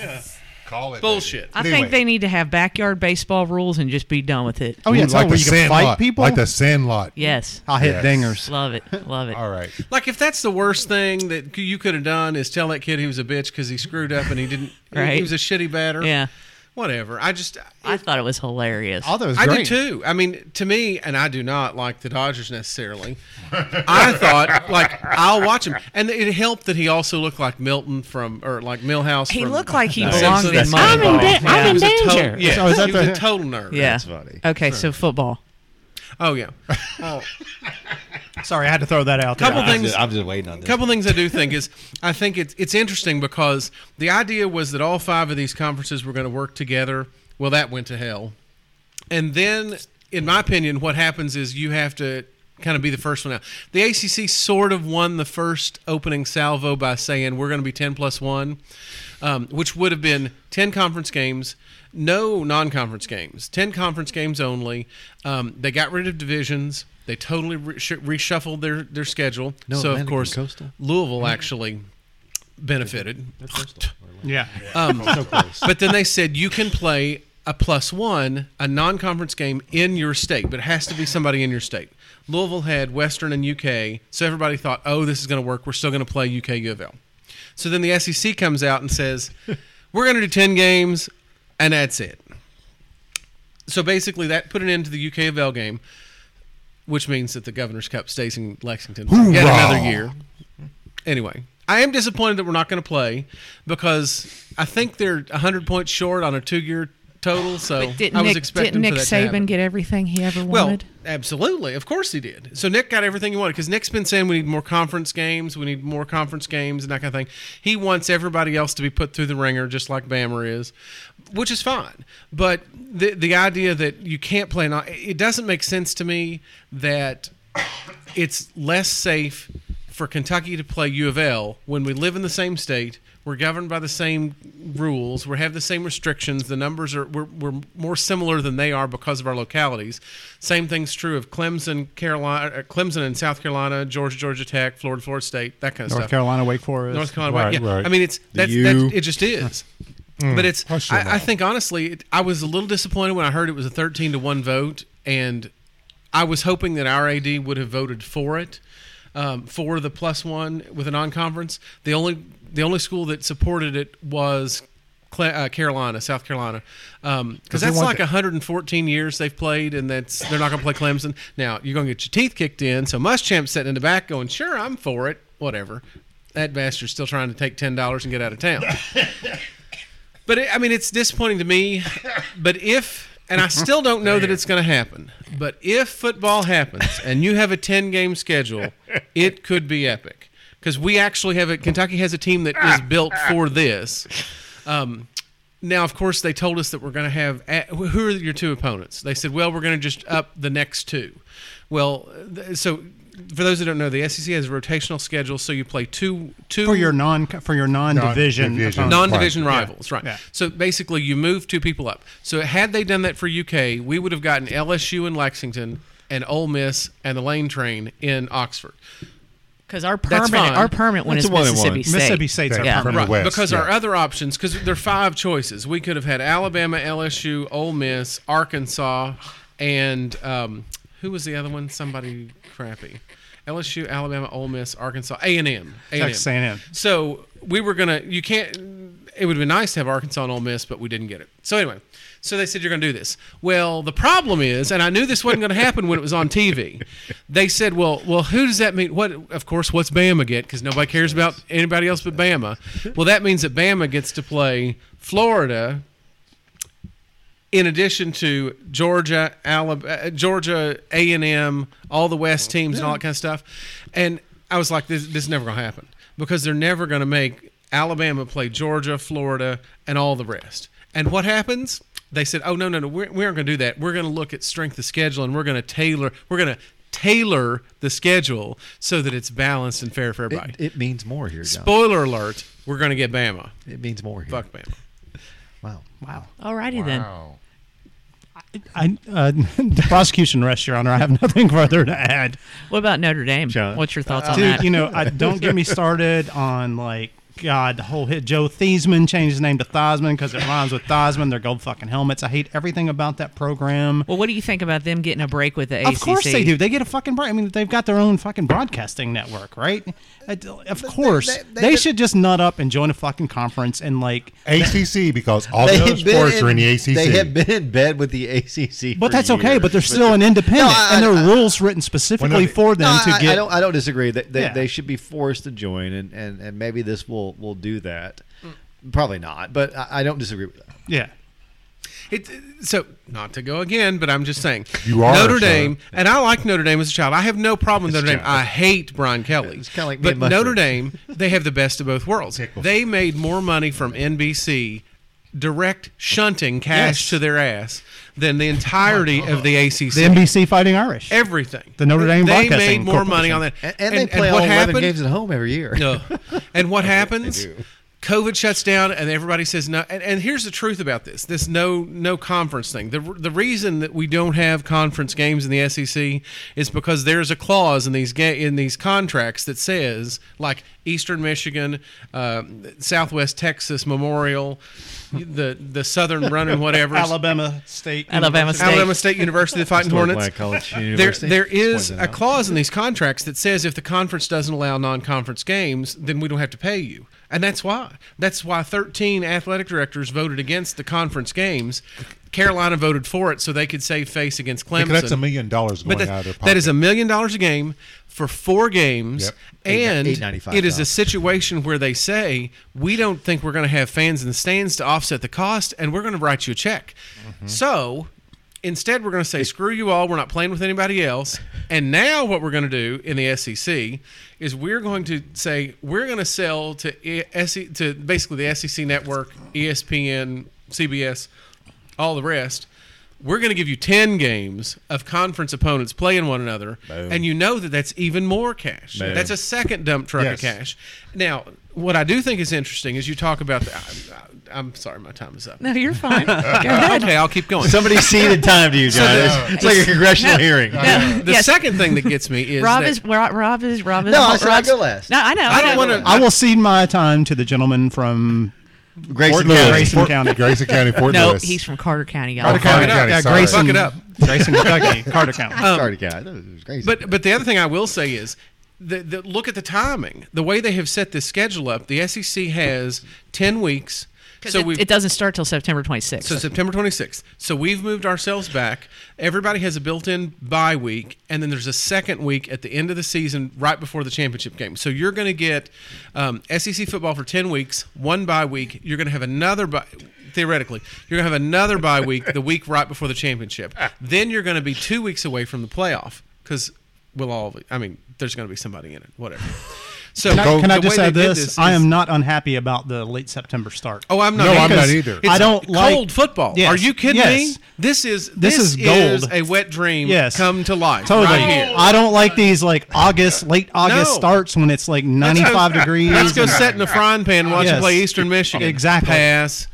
Call it Bullshit. I Anyway. think they need to have backyard baseball rules and just be done with it. oh yeah, it's like like the where you can Sandlot. fight people. Like the Sandlot. Yes. I hit Yes. dingers. Love it. Love it. All right. Like if that's the worst thing that c- you could have done is tell that kid he was a bitch because he screwed up and he didn't. he- He Right. was a shitty batter. Yeah. Whatever. I just. I thought it was hilarious. All those I great. do too. I mean, to me, and I do not like the Dodgers necessarily. I thought, like, I'll watch him, and it helped that he also looked like Milton from, or like Millhouse. He from looked like he The belonged in Simpsons. Moneyball. I'm in da- I'm He in was a total- danger. yeah, So Oh, is that he was the- a total nerd. yeah. That's funny. Okay, so football. Oh yeah. A Sorry, I had to throw that out. couple there. things. I'm just waiting on this. couple things I do think is I think it's it's interesting because the idea was that all five of these conferences were going to work together. Well, that went to hell. And then, in my opinion, what happens is you have to kind of be the first one out. The ACC sort of won the first opening salvo by saying we're going to be 10 plus 1, um, which would have been 10 conference games, no non conference games, 10 conference games only. Um, they got rid of divisions. They totally re- reshuffled their, their schedule. No so, Atlantic of and course, Coastal? Louisville actually benefited. Yeah. Um, But then they said you can play a plus one, a non conference game in your state, but it has to be somebody in your state. Louisville had Western and UK, so everybody thought, oh, this is going to work. We're still going to play UK U of L. So then the SEC comes out and says, we're going to do 10 games, and that's it. So basically, that put an end to the UK of L game, which means that the Governor's Cup stays in Lexington for yet Hoorah! another year anyway, I am disappointed that we're not going to play because I think they're 100 points short on a two year total. So Didn't I was Nick, expecting didn't Nick for that to happen. Saban get everything he ever well, wanted? absolutely. Of course he did. So Nick got everything he wanted because Nick's been saying we need more conference games, we need more conference games, and that kind of thing. He wants everybody else to be put through the ringer, just like Bammer is, which is fine. But the the idea that you can't play, non- it doesn't make sense to me that it's less safe for Kentucky to play U of L when we live in the same state. We're governed by the same rules. We have the same restrictions. The numbers are we're, we're more similar than they are because of our localities. Same thing's true of Clemson, Carolina, uh, Clemson and South Carolina, Georgia, Georgia Tech, Florida, Florida State, that kind of North stuff. Carolina, Wake Forest. North Carolina. Right, Right, yeah. right. I mean, it's that's, U. that's it. Just is. But it's. I should I, I know. think honestly, it, I was a little disappointed when I heard it was a thirteen to one vote, and I was hoping that our AD would have voted for it, um, for the plus one with a non-conference. The only the only school that supported it was. Cle- uh, Carolina, South Carolina, because they that's want like the- 114 years they've played, and that's they're not going to play Clemson. Now you're going to get your teeth kicked in. So Muschamp's sitting in the back going, "Sure, I'm for it, whatever." That bastard's still trying to take ten dollars and get out of town. But it, I mean, it's disappointing to me. But if, and I still don't know that it's going to happen. But if football happens and you have a ten-game schedule, it could be epic because we actually have a Kentucky has a team that is built for this. Um, now, of course, they told us that we're going to have. a- Who are your two opponents? They said, well, we're going to just up the next two. Well, th- so for those that don't know, the SEC has a rotational schedule, so you play two two for your non for your non-division. Non-division. opponent. non-division rivals, right? Yeah. So basically, you move two people up. So had they done that for UK, we would have gotten LSU in Lexington and Ole Miss and the Lane Train in Oxford, Because our That's permanent, fine. our permanent one That's is a one-on-one. Mississippi State. Mississippi State's our Yeah. From permanent. the West, Because our yeah. other options, because there are five choices, we could have had Alabama, LSU, Ole Miss, Arkansas, and um, who was the other one? Somebody crappy. LSU, Alabama, Ole Miss, Arkansas, A and M, Texas A&M. So we were gonna. You can't. It would have been nice to have Arkansas and Ole Miss, but we didn't get it. So anyway, so they said you're gonna do this. Well, the problem is, and I knew this wasn't gonna happen when it was on TV. They said, well, well, who does that mean? What? Of course, what's Bama get? Because nobody cares about anybody else but Bama. Well, that means that Bama gets to play Florida, in addition to Georgia, Alabama, Georgia, A and M, all the West Oh, teams and all that kind of stuff, and I was like, this, this is never going to happen because they're never going to make Alabama play Georgia, Florida, and all the rest. And what happens? They said, oh no, no, no, we're, we aren't going to do that. We're going to look at strength of schedule and we're going to tailor. We're going to tailor the schedule so that it's balanced and fair for everybody. It, it means more here, John. Spoiler alert: We're going to get Bama. it means more here. Fuck Bama. Wow. Wow. Alrighty then. Wow. I, uh, the prosecution rests, Your Honor. I have nothing further to add. What about Notre Dame? John. What's your thoughts on Uh, Dude, that? you know, I, don't get me started on like God, the whole hit. Joe Theismann changed his name to Theismann because it rhymes with Theismann. Their gold fucking helmets. I hate everything about that program. well, what do you think about them getting a break with the ACC? Of course they do. They get a fucking break. I mean, they've got their own fucking broadcasting network, right? I d- Of course, they, they- they- should just nut up and join a fucking conference and like. ACC because all the other sports are in the ACC. They have been in bed with the ACC. But for that's okay. But they're years. still an independent, No, I- and there I- are rules written specifically they- for them No, to I, get. I don't. I don't disagree. They, they, Yeah. they should be forced to join, and, and, and maybe this will will do that. Probably not, but I, I don't disagree with that. yeah. It, so not to go again, but I'm just saying You are Notre a Dame, child. and I like Notre Dame as a child. I have no problem with As a Notre Dame. child. I hate Brian Kelly. It's kinda like me but and mushrooms. Notre Dame, they have the best of both worlds. They made more money from NBC direct shunting cash Yes. to their ass than the entirety of the ACC. The NBC Fighting Irish. Everything. The Notre Dame They Broadcasting made more money Corporation. on that, And, and, they play all what eleven happened- games at home every year. no. And what happens? COVID shuts down, and everybody says no. And, and here's the truth about this: this no no conference thing. The the reason that we don't have conference games in the SEC is because there's a clause in these ga- in these contracts that says like Eastern Michigan, uh, Southwest Texas, Memorial, the the Southern Running whatever, Alabama State. Alabama University. State. Alabama State University, the Fighting Historic Hornets. Black College There, University. there Just is pointed a out. clause in these contracts that says if the conference doesn't allow non-conference games, then we don't have to pay you, and that's why. That's why 13 athletic directors voted against the conference games. Carolina voted for it so they could save face against Clemson. Because that's a million dollars going But that- out of their pocket. that is a million dollars a game for four games, Yep. and Eight- $8.95. it is a situation where they say we don't think we're going to have fans in the stands to offset the cost, and we're going to write you a check. Mm-hmm. So instead, we're going to say screw you all. We're not playing with anybody else. And now, what we're going to do in the SEC is we're going to say we're going to sell to E- SE to basically the SEC network, E ESPN, CBS, all the rest. We're going to give you 10 games of conference opponents playing one another. And you know that that's even more cash. That's a second dump truck Yes. of cash. Now, what I do think is interesting is you talk about the. I, I, I'm sorry, my time is up. Uh, No, you're fine. Go ahead. Okay, I'll keep going. Somebody ceded time to you, John. it's, it's like a congressional hearing. No, the yes. second thing that gets me is Rob that- is Rob, Rob is Rob is No, I said I'd Rob's- go last. No, I know. I don't want to. I will cede my time to the gentleman from Fort Grayson County. Lewis. Grayson Fort- County. Grayson County, Fort No, Lewis. he's from Carter County, y'all. Carter County. Fuck it up. County, Yeah, sorry. Grayson, Fuck it up. Grayson, Kentucky, Carter County. Carter County. That was Grayson. But but the other thing I will say is, the, the look at the timing. The way they have set this schedule up, the SEC has ten weeks. So So it, we've it doesn't start till September 26th. So September 26th. So we've moved ourselves back. Everybody has a built-in bye week, and then there's a second week at the end of the season, right before the championship game. So you're going to get um, SEC football for 10 weeks, one bye week. You're going to have another bye. Theoretically, you're gonna have another bye week the week right before the championship. Then you're gonna be two weeks away from the playoff because we'll all. I mean, there's gonna be somebody in it, whatever. So Can I, can I the just way add they did this? I is- am not unhappy about the late September start. Oh, I'm not. No, I'm because not either. it's I don't cold like- football. Yes. Are you kidding Yes. me? This is this, This is, is gold. a wet dream yes, come to life. Totally. Right here. I don't like these like August, late August No. starts when it's like 95 degrees. Let's go and- sit in a frying pan and watch them Yes. play Eastern Michigan. Exactly. Pass.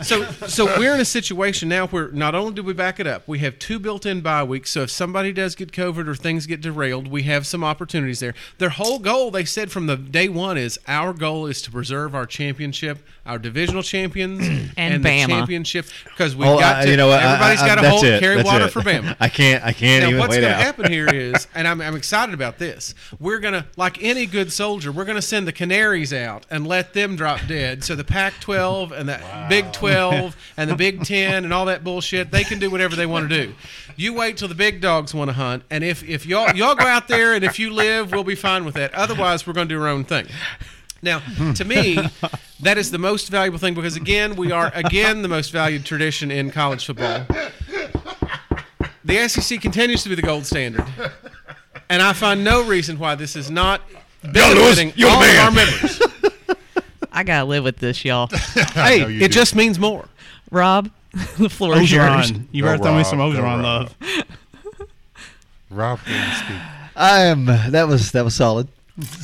So, so we're in a situation now where not only do we back it up, we have two built-in bye weeks. So if somebody does get COVID or things get derailed, we have some opportunities there. Their whole goal, they said from the day one, is our goal is to preserve our championship, our divisional champions, and, Bama. the championship because we Oh, have got I- to. you know what? I- Everybody's I- I- got to that's hold it. carry That's water it. for Bama. I can't. I can't Now, even what's wait going to out. happen here is, and I'm, I'm excited about this, we're going to, like any good soldier, we're going to send the Canaries out and let them drop dead. So the Pac 12 and the Big 12 and the Big 10 and all that bullshit, they can do whatever they want to do. You wait till the big dogs want to hunt, and if, if y'all, y'all go out there and if you live, we'll be fine with that. Otherwise, we're going to do our own thing. Now, to me, That is the most valuable thing because again, we are again the most valued tradition in college football. The SEC continues to be the gold standard, and I find no reason why this is not benefiting you're the all of man. our members. I gotta live with this, y'all. hey, you do. it just means more. Rob, the floor is yours. Ogeron. You Go better throw me Rob, some go Ogeron Rob. love. Rob can speak. I am. That was that was solid.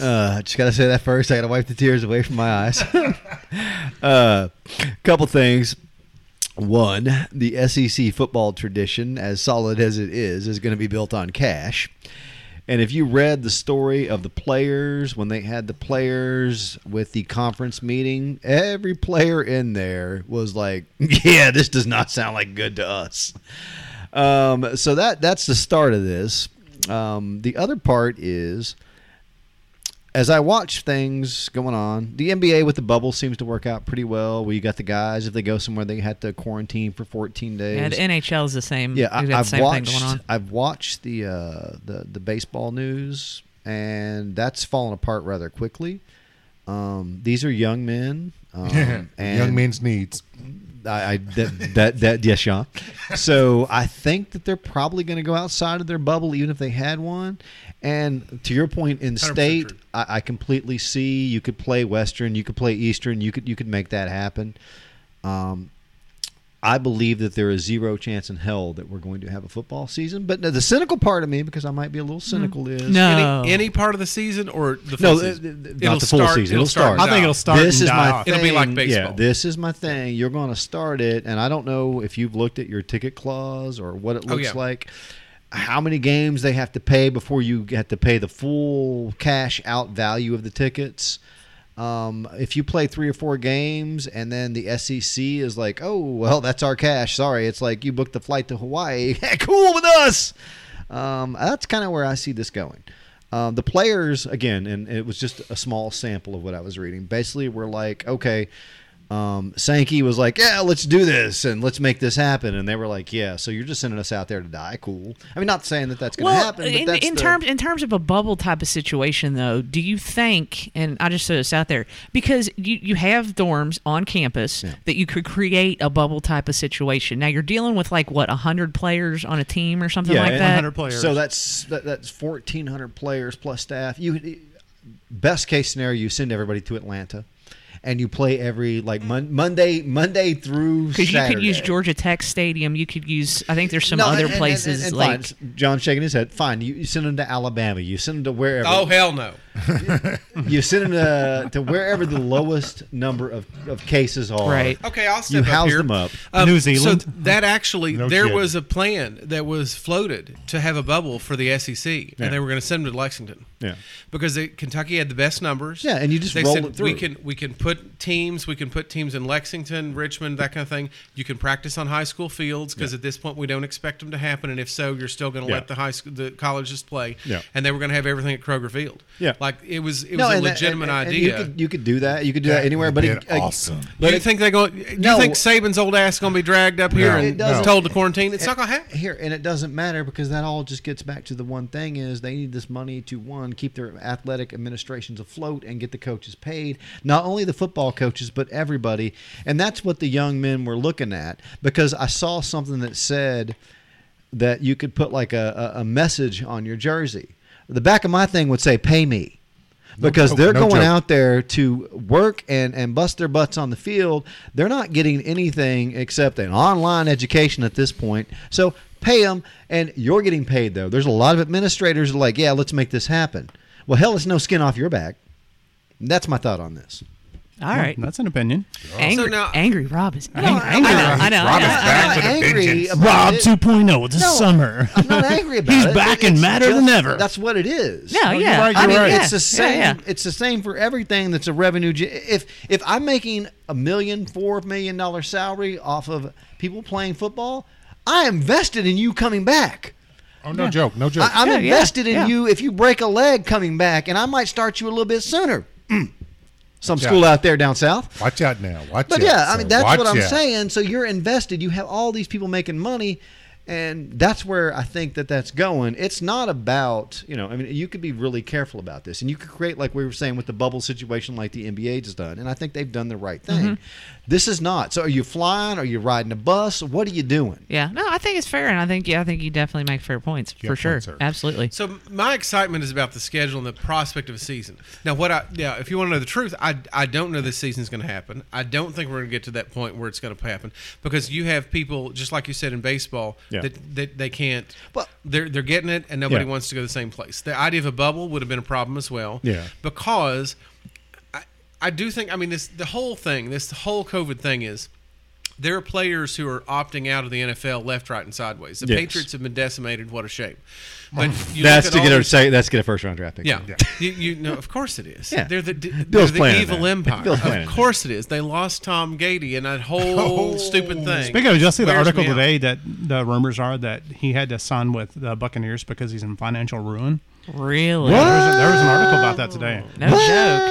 Uh, just gotta say that first. I gotta wipe the tears away from my eyes. uh, couple things. One, the SEC football tradition, as solid as it is, is going to be built on cash. And if you read the story of the players when they had the players with the conference meeting, every player in there was like, "Yeah, this does not sound like good to us." Um, so that that's the start of this. Um, the other part is, as I watch things going on, the NBA with the bubble seems to work out pretty well. We got the guys if they go somewhere they had to quarantine for 14 days. Yeah, the NHL is the same. Yeah, I, we've got the I've same watched. thing going on. I've watched the uh, the the baseball news, and that's fallen apart rather quickly. Um, these are young men. Um, and Young men's needs. I, I that, that that yes, Sean. So I think that they're probably going to go outside of their bubble, even if they had one. And to your point, in 100% state, true. I, I completely see you could play Western, you could play Eastern, you could you could make that happen. Um, I believe that there is zero chance in hell that we're going to have a football season. But the cynical part of me, because I might be a little cynical, is Oh. No, Any, any part of the season or the full No, season? uh, uh, not It'll the full start- season. It'll It'll start. start. I think it'll start. this and is die my off. thing. It'll be like Yeah, baseball. this is my thing. You're going to start it, and I don't know if you've looked at your ticket clause or what it Oh, looks yeah. like. How many games they have to pay before you have to pay the full cash out value of the tickets? Um, if you play three or four games and then the SEC is like, oh, well, that's our cash. Sorry. It's like you booked the flight to Hawaii. cool with us. Um, that's kind of where I see this going. Um, the players, again, and it was just a small sample of what I was reading, basically were like, okay, um, Sankey was like, yeah, let's do this and let's make this happen. And they were like, yeah, so you're just sending us out there to die. Cool. I mean, not saying that that's going to well, happen, but in, that's in the- terms in terms of a bubble type of situation, though, do you think? And I just throw this out there because you you have dorms on campus that you could create a bubble type of situation. Now you're dealing with like what hundred players on a team or something Yeah, like and that. 100 players. So that's that, that's fourteen hundred players plus staff. You best case scenario, you send everybody to Atlanta, and you play every like mon- Monday Monday through Because you could use Saturday. Georgia Tech Stadium. You could use. I think there's some No, and- other and- and- places and like. fine. John shaking his head. Fine, you, you send them to Alabama. You send them to wherever. Oh hell no! You send them to, to wherever the lowest number of, of cases are. Right. Okay, I'll You step up house here. them up. Um, New Zealand. So that actually, No there kidding. was a plan that was floated to have a bubble for the SEC, and they were going to send them to Lexington. Yeah. because they, Kentucky had the best numbers. Yeah, and you just they roll said it through. we can we can put teams, we can put teams in Lexington, Richmond, that kind of thing. You can practice on high school fields because at this point we don't expect them to happen, and if so, you're still going to Yeah. let the high school, the colleges play. Yeah. and they were going to have everything at Kroger Field. Yeah. like it was it was No, a and that- legitimate and- and idea. You could, you could do that. You could do that, That anywhere. would But be it, an uh, awesome. do you think they going? Do No. you think Saban's old ass going to be dragged up here No. and It doesn't. told to quarantine? It's not going to happen. here and it doesn't matter because that all just gets back to the one thing is they need this money to one keep their athletic administrations afloat and get the coaches paid not only the football coaches but everybody and that's what the young men were looking at because i saw something that said that you could put like a, a, a message on your jersey the back of my thing would say pay me because joke, they're no going joke. out out there to work and, and bust their butts on the field, they're not getting anything except an online education at this point. So pay them, and you're getting paid, though. There's a lot of administrators who are like, yeah, let's make this happen. Well, hell, it's no skin off your back. That's my thought on this. all right, That's an opinion. angry, So now- angry Rob is angry. know, I know, I know, I Rob is know. back with a vengeance. about it. 2.0 this No, I'm not angry about He's it. back It- and it's madder just- than ever. That's what it is. No, you're yeah, right, I you're mean, right. yeah, it's the yeah, same. yeah. It's the same for everything that's a revenue. ge- If if I'm making a million, four million dollar salary off of people playing football, I am vested in you coming back. Oh, no joke. No joke. I, I'm Yeah, yeah, invested in yeah. you if you break a leg coming back, and I might start you a little bit sooner. Mm. Some Watch school out. out there down south. watch out now. Watch out. But yeah, I son. mean that's Watch what I'm out. saying. So you're invested. You have all these people making money. And that's where I think that that's going. It's not about, you know, I mean, you could be really careful about this and you could create, like we were saying, with the bubble situation, like the NBA has done. And I think they've done the right thing. This is not. So are you flying? Are you riding a bus? What are you doing? Yeah, no, I think it's fair, and I think yeah, I think you definitely make fair points Yeah, for sure, points are- absolutely. So my excitement is about the schedule and the prospect of a season. Now, what I now, if you want to know the truth, I I don't know this season's going to happen. I don't think we're going to get to that point where it's going to happen because you have people just like you said in baseball Yeah. that, that they can't. Well- they're they're getting it, and nobody Yeah. wants to go to the same place. The idea of a bubble would have been a problem as well. Yeah. because I I do think I mean this the whole thing this whole COVID thing is. There are players who are opting out of the NFL left, right, and sideways. The Yes. Patriots have been decimated. What a shame! But you that's look at to all get a these- say. That's to get a first round draft pick. yeah, you, you know, of course it is. Yeah. they're the Bill's they're the planning evil that. empire. Bill's planning of that. course it is. They lost Tom Gady and that whole stupid thing. Speaking of, did y'all see the Wears article me out. today that the rumors are that he had to sign with the Buccaneers because he's in financial ruin? Really, There was, there was an article about that today. no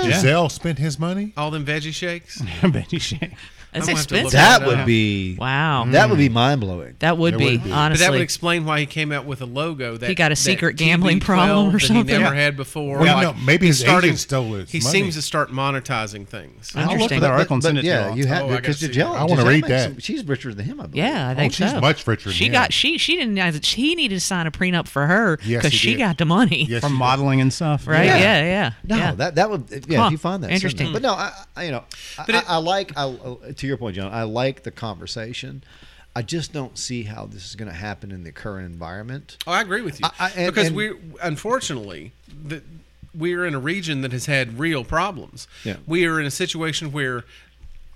joke. Giselle spent his money. All them veggie shakes. Mm-hmm. Benny Shea. That's I'm gonna have to look expensive. that That would would be wow, Mm. That would be mind blowing. that would That be would be. But honestly. that would explain why he came out with a logo that He got a that secret gambling problem or TB12 something. that he never Yeah. had before. Well, you Like, know, maybe he's his starting- agent stole his He money. seems to start monetizing things. Huh? I'll look for Interesting. that article and send it yeah, to you have Oh, I gotta because see Giselle. that. I wanna Giselle read makes that. some- she's richer than him, I believe. yeah, I think Oh, she's so. much richer than She him. got she she didn't have she needed to sign a prenup for her because Yes, he she did. got the money, Yes, from she- modeling and stuff. right? Yeah. Yeah, yeah. yeah. No, that that would yeah. Huh, If you find that send that. interesting. but no, I, I you know, I- But it- I, I like I, to your point, John. I like the conversation. I just don't see how this is going to happen in the current environment. Oh, I agree with you. I- I- and- because and- we unfortunately the, we're in a region that has had real problems. Yeah. We are in a situation where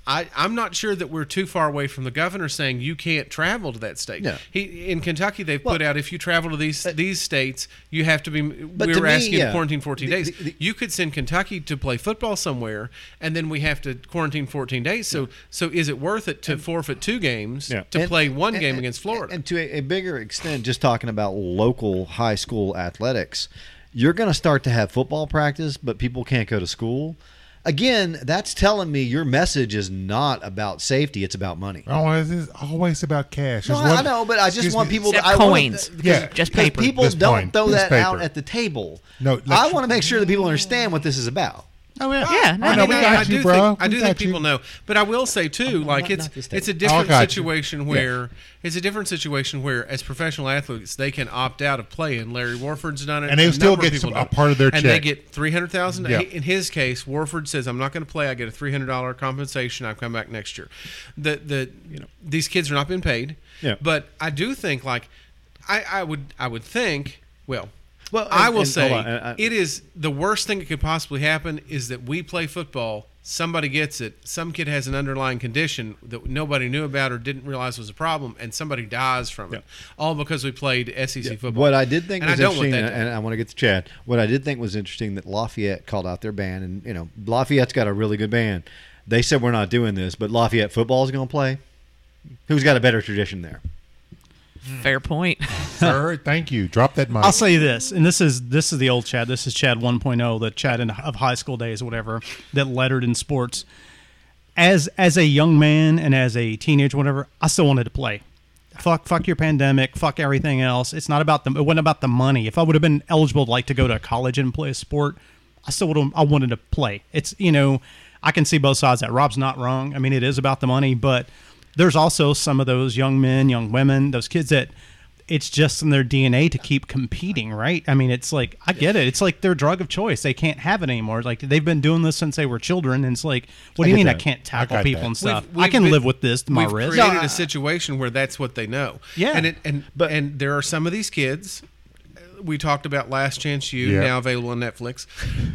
I, I'm not sure that we're too far away from the governor saying you can't travel to that state. No. He, in Kentucky, they've put out if you travel to these these states, you have to be. we to were me, asking yeah. to quarantine 14 The- days. the- the- you could send Kentucky to play football somewhere, and then we have to quarantine 14 days. So, so is it worth it to forfeit two games Yeah. to And- play one and- game and- against Florida? And to a, a bigger extent, just talking about local high school athletics, you're going to start to have football practice, but people can't go to school. Again, that's telling me your message is not about safety; it's about money. Oh, it's it's always about cash. No, It's I- I one- know, but I just excuse want me. people. Except I want- coins. because- Yeah. Just because paper. people Just don't coin. throw Just that out paper. at the table. No, I let's- want to make sure that people understand what this is about. Oh, yeah. Yeah, no, I know, no, we no, got I you, do bro. think, I We do got think you. people know, but I will say too, like not- it's not this it's a thing. different got you. situation where it's a different situation where as professional athletes they can opt out of playing. Larry Warford's done it, And they a still number of get people some- do a it. part of their and they check. get three hundred thousand. Yeah. In his case, Warford says, "I'm not going to play. I get a three hundred dollar compensation. I come back next year." The the you know these kids are not being paid. Yeah. but I do think like I I would I would think well. Well, I and- will and say hold on, and I- it is the worst thing that could possibly happen is that we play football. Somebody gets it. Some kid has an underlying condition that nobody knew about or didn't realize was a problem, and somebody dies from it, all because we played SEC football. What I did think and was I don't interesting, want that. to- and I want to get to Chad. What I did think was interesting that Lafayette called out their band, and you know Lafayette's got a really good band. They said we're not doing this, but Lafayette football is going to play. Who's got a better tradition there? Fair point. Sir, thank you. Drop that mic. I'll say this, and this is this is the old Chad. This is Chad 1.0, the Chad in, of high school days, whatever that lettered in sports. As as a young man and as a teenager, whatever, I still wanted to play. Fuck, fuck your pandemic. Fuck everything else. It's not about the. It wasn't about the money. If I would have been eligible, like to go to college and play a sport, I still would. have I wanted to play. It's you know, I can see both sides. of That Rob's not wrong. I mean, it is about the money, but there's also some of those young men, young women, those kids that it's just in their DNA to keep competing, right? I mean, it's like I get it. It's like their drug of choice. They can't have it anymore. Like they've been doing this since they were children, and it's like, what do you mean I that. can't tackle got people that. and stuff? We've- I can we've live been- with this to my we've wrist. created a situation where that's what they know. Yeah. and it, and but and there are some of these kids. uh, We talked about Last Chance U, Yeah. now available on Netflix.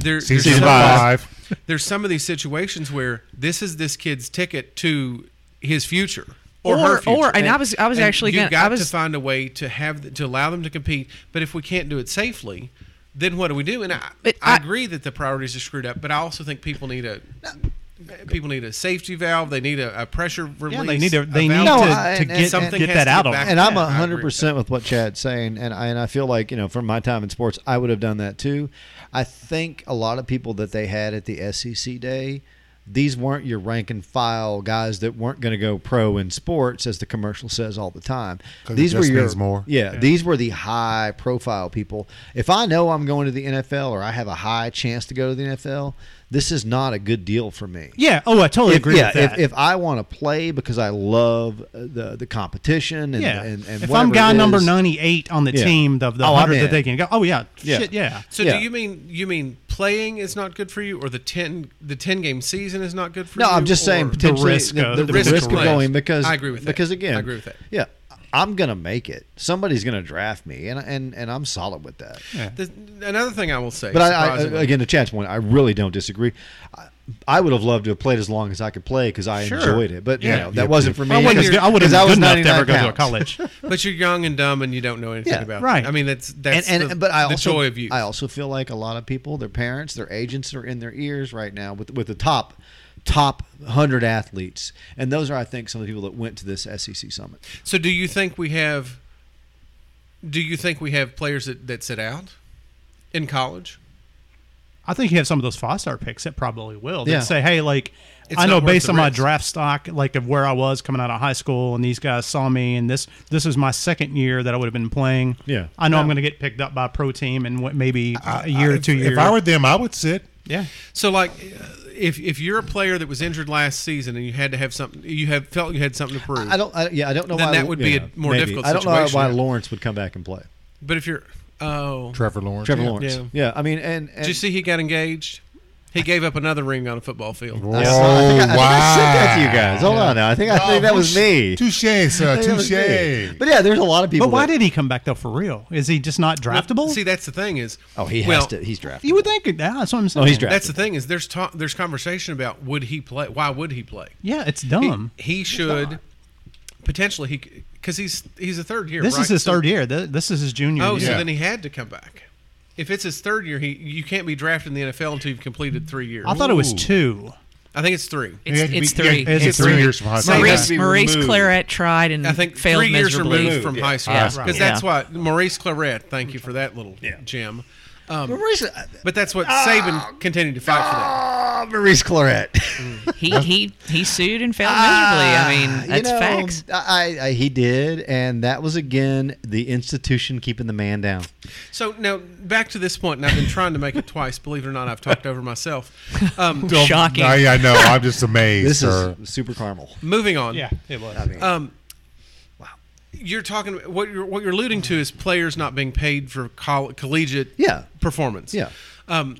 There, Season there's some- five. there's some of these situations where this is this kid's ticket to his future or, Or- her future. or- and I was- I was actually you gonna- got I was- to find a way to have the, to allow them to compete. But if we can't do it safely, then what do we do? And I, But I, I- agree that the priorities are screwed up, but I also think people need a people need a safety valve. They need a, a pressure release. Yeah, they need to they need No, to, I- to and- get, something get has that to out get of back them. And I'm Yeah, I agree hundred with percent with what Chad's saying, and I, and I feel like you know from my time in sports, I would have done that too. I think a lot of people that they had at the SEC E day these weren't your rank and file guys that weren't going to go pro in sports, as the commercial says all the time. 'Cause it These were just your means more. Yeah, these were the high profile people. If I know I'm going to the NFL or I have a high chance to go to the NFL, this is not a good deal for me. Yeah. Oh, I totally If, agree yeah, with that. if, if I want to play because I love uh, the the competition and yeah. and, and if whatever I'm guy it is- number 98 on the Yeah. team of the Oh, I'm 100 in. that they can go, oh, yeah. Yeah. Shit, yeah. So do Yeah. you mean you mean playing is not good for you, or the ten the ten game season is not good for No, you? I'm just saying or- potentially risk the, of- the the risk, risk of of going it. because I agree with that. because again I agree with that. Yeah, I'm gonna make it. Somebody's gonna draft me, and and and I'm solid with that. The- another thing I will say, But I, I surprisingly- again, to Chad's point, I really don't disagree. I, I would have loved to have played as long as I could play because I Sure. enjoyed it. But you Yeah. know that wasn't for me. I wouldn't because- have- I would have because been was good enough to ever 99 go to a pounds. college. but you're young and dumb and you don't know anything Yeah, about. right. It. I mean, that's that's and, and the, but I the also joy of you. I also feel like a lot of people, their parents, their agents are in their ears right now with with the top top 100 athletes and those are i think some of the people that went to this sec summit so do you think we have? Do you think we have players that, that sit out in college? I think you have some of those five star picks that probably will. That Yeah. say, hey, like, It's I know not worth based the on my risk. draft stock, like of where I was coming out of high school, and these guys saw me, and this this is my second year that I would have been playing. Yeah. I know I'm going to get picked up by a pro team in what, maybe a year I- or two Uh, if, years. If I were them, I would sit. yeah. So like, uh, if if you're a player that was injured last season and you had to have something, you have felt you had something to prove. I don't. I, yeah, I don't know Then why that would be yeah, a more maybe. difficult I don't situation. know why Lawrence would come back and play. But if you're oh, Trevor Lawrence. Trevor yeah. Lawrence. Yeah. Yeah. I mean, and, and did you see he got engaged? He gave up another ring on a football field. Oh, I, saw, I think I, I think I sent that to you guys. Hold on now. I think I think that was me. Touche, I sir. think that was me. Touche. But yeah, there's a lot of people. But why that- did he come back, though, for real? Is he just not draftable? See, that's the thing is. Oh, he has well, to. He's drafted. you would think yeah, that's what I'm Oh, saying. No, he's drafted. That's the thing is there's talk, there's conversation about would he play? Why would he play? Yeah, it's He- dumb. He, should potentially he because he's he's a third year. this right? is his So- third year. Th- This is his junior Oh, year. so Yeah. then he had to come back. If it's his third year, he you can't be drafted in the NFL until you've completed three years. I thought it was Ooh. two. I think it's three. He had It's, to it's be- three. he had to be It's three three. years from high So school. he Maurice, has to be Maurice removed. Claret tried and I think failed three years miserably. removed from high school High because school. that's Yeah. what Maurice Claret. Thank you for that little gem. Um, Maurice, uh, but that's what Ah. Saban continued to fight for. That. oh, Maurice Claret. He he he sued and failed miserably. I mean, Ah, You that's know, facts. I, I he did, and that was again the institution keeping the man down. So now back to this point, and I've been trying to make it twice. Believe it or not, I've talked over myself. Um, Don't- Shocking. No, yeah, I know. I'm just amazed, This sir. is super caramel. moving on. Yeah, it was. Um, You're talking what you're what you're alluding to is players not being paid for coll- collegiate Yeah. performance. Yeah. Um,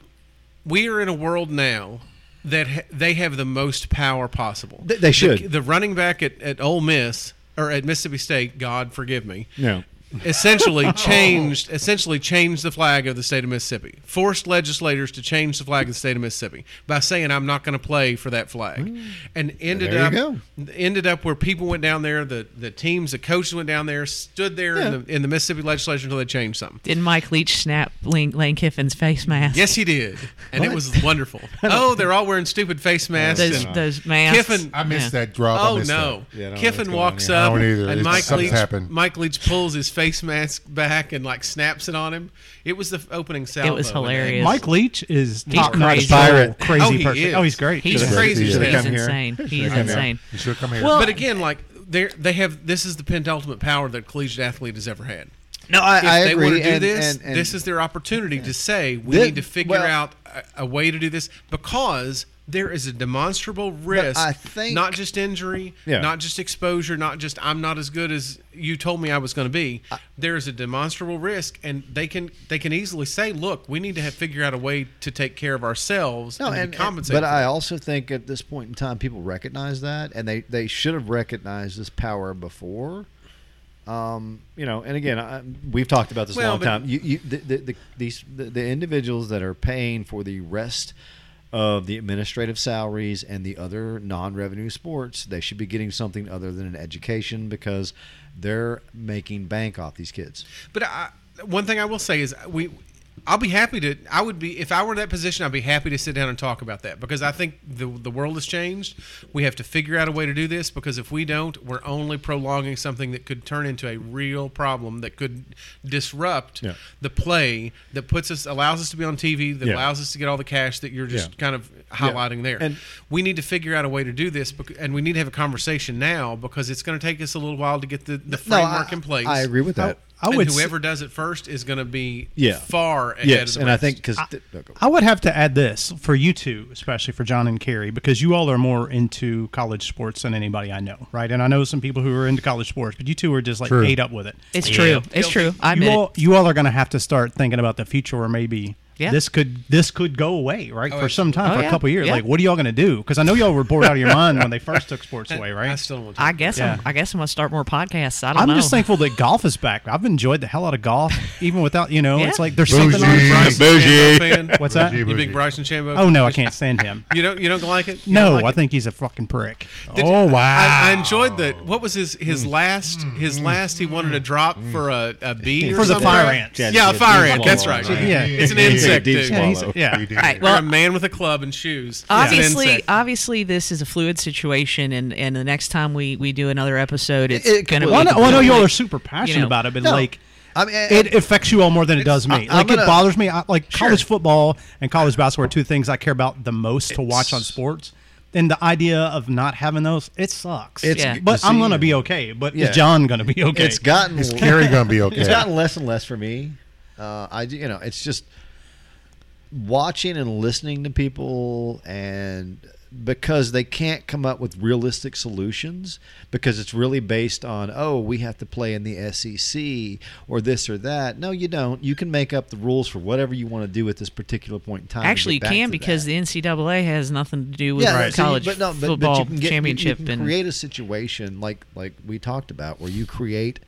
we are in a world now that ha- they have the most power possible. They- they should. The, the running back at, at Ole Miss or at Mississippi State, God forgive me. No. Essentially changed essentially changed the flag of the state of Mississippi. Forced legislators to change the flag of the state of Mississippi by saying I'm not going to play for that flag. And ended Mm. There up you go. ended up where people went down there, the, the teams, the coaches went down there, stood there in the in the Mississippi legislature until they changed something. Did Mike Leach snap Lane, Lane Kiffin's face mask? Yes, he did, and it was wonderful. Oh, they're all wearing stupid face masks. those and those masks. Kiffin- I missed Yeah. that drop. I Oh missed no! that. Yeah, I don't know what's Kiffin going walks on here. I up, don't either. and It's- Mike something's Leach, happened. Mike Leach pulls his face mask back and like snaps it on him. It was the f- opening salvo. was and- hilarious. Mike Leach is top crazy. notch, Pirate. crazy Oh, he person. is. Oh, he's great. He's Should've- crazy. should've He's come here. insane. He's come here. insane. You should come here. Well, But again, like they they have this is the penultimate power that a collegiate athlete has ever had. No, I, If I they agree. want to do and, this, and- and- this is their opportunity to say we Thi- need to figure well- out a, a way to do this because there is a demonstrable risk. I think- not just injury, Yeah. not just exposure, not just I'm not as good as you told me I was going to be. there is a demonstrable risk, and they can they can easily say, look, we need to have figure out a way to take care of ourselves No, and, to and, compensate. but for I that. also think at this point in time, people recognize that, and they they should have recognized this power before. Um, you know, and again, I, we've talked about this a Well, long but- time. You, you the, the, the, these the, the individuals that are paying for the rest of the administrative salaries and the other non-revenue sports, they should be getting something other than an education because they're making bank off these kids. But I, one thing I will say is we. I'll be happy to. I would be if I were in that position. I'd be happy to sit down and talk about that because I think the the world has changed. We have to figure out a way to do this because if we don't, we're only prolonging something that could turn into a real problem that could disrupt the play that puts us allows us to be on TV that Yeah. allows us to get all the cash that you're just Yeah. kind of highlighting there. And- we need to figure out a way to do this, bec- and we need to have a conversation now because it's going to take us a little while to get the, the No, I- framework in place. I agree with that. I and would s- whoever does it first is going to be Yeah. far ahead of yes, the and I rest. think because I would have to add this for you two, especially for John and Carrie, because you all are more into college sports than anybody I know, right? And I know some people who are into college sports, but you two are just like True. ate up with it. It's true. It's Guilty. true. I you admit all, it. you all are going to have to start thinking about the future, or maybe Yeah. this could this could go away, right, for some time, Oh, for yeah. a couple years. Yeah. Like, what are y'all going to do? Because I know y'all were bored out of your mind when they first took sports away, right? I still want to. I guess I'm, Yeah. I guess I'm gonna start more podcasts. I don't I'm know. just thankful that golf is back. I've enjoyed the hell out of golf, even without you know. Yeah. It's like there's Bougie. something. On, Bryson Bougie. Chambeau fan? what's that? Bougie, You bougie. big Bryson Chambo? Oh no, I can't stand him. You don't you don't like it? You No, don't like I it? think he's a fucking prick. Did- oh wow! Mm. I, I enjoyed the what was his his last his last he wanted to drop for a, a bee or For the something? fire ant. Yeah, Yeah, a fire ant. That's right. Yeah. Yeah. It's an Yeah, yeah, insect. yeah, dude. deep he's- swallow. yeah. He did. All right. You're Well, a man with a club and shoes. It's an obviously uh, insect. obviously this is a fluid situation and and the next time we we do another episode it's It- gonna well, I be know, well, I know y'all completely- are super passionate you know. about it, but No. like. I mean, it affects you all more than it does me. I- I'm like gonna- it bothers me. I, like college football and college basketball are two things I care about the most to watch on sports. And the idea of not having those, it sucks. It's- Yeah. But you I'm see- gonna be okay. But Yeah. is John gonna be okay? it's gotten Is Carrie gonna be okay? It's gotten less and less for me. Uh, I do- you know, it's just watching and listening to people and because they can't come up with realistic solutions because it's really based on oh we have to play in the SEC or this or that no you don't you can make up the rules for whatever you want to do at this particular point in time and Actually, you get back can to because that. the NCAA has nothing to do with yeah, the so you- college but no, but, football but you can get, championship You, you can and create a situation like like we talked about where you create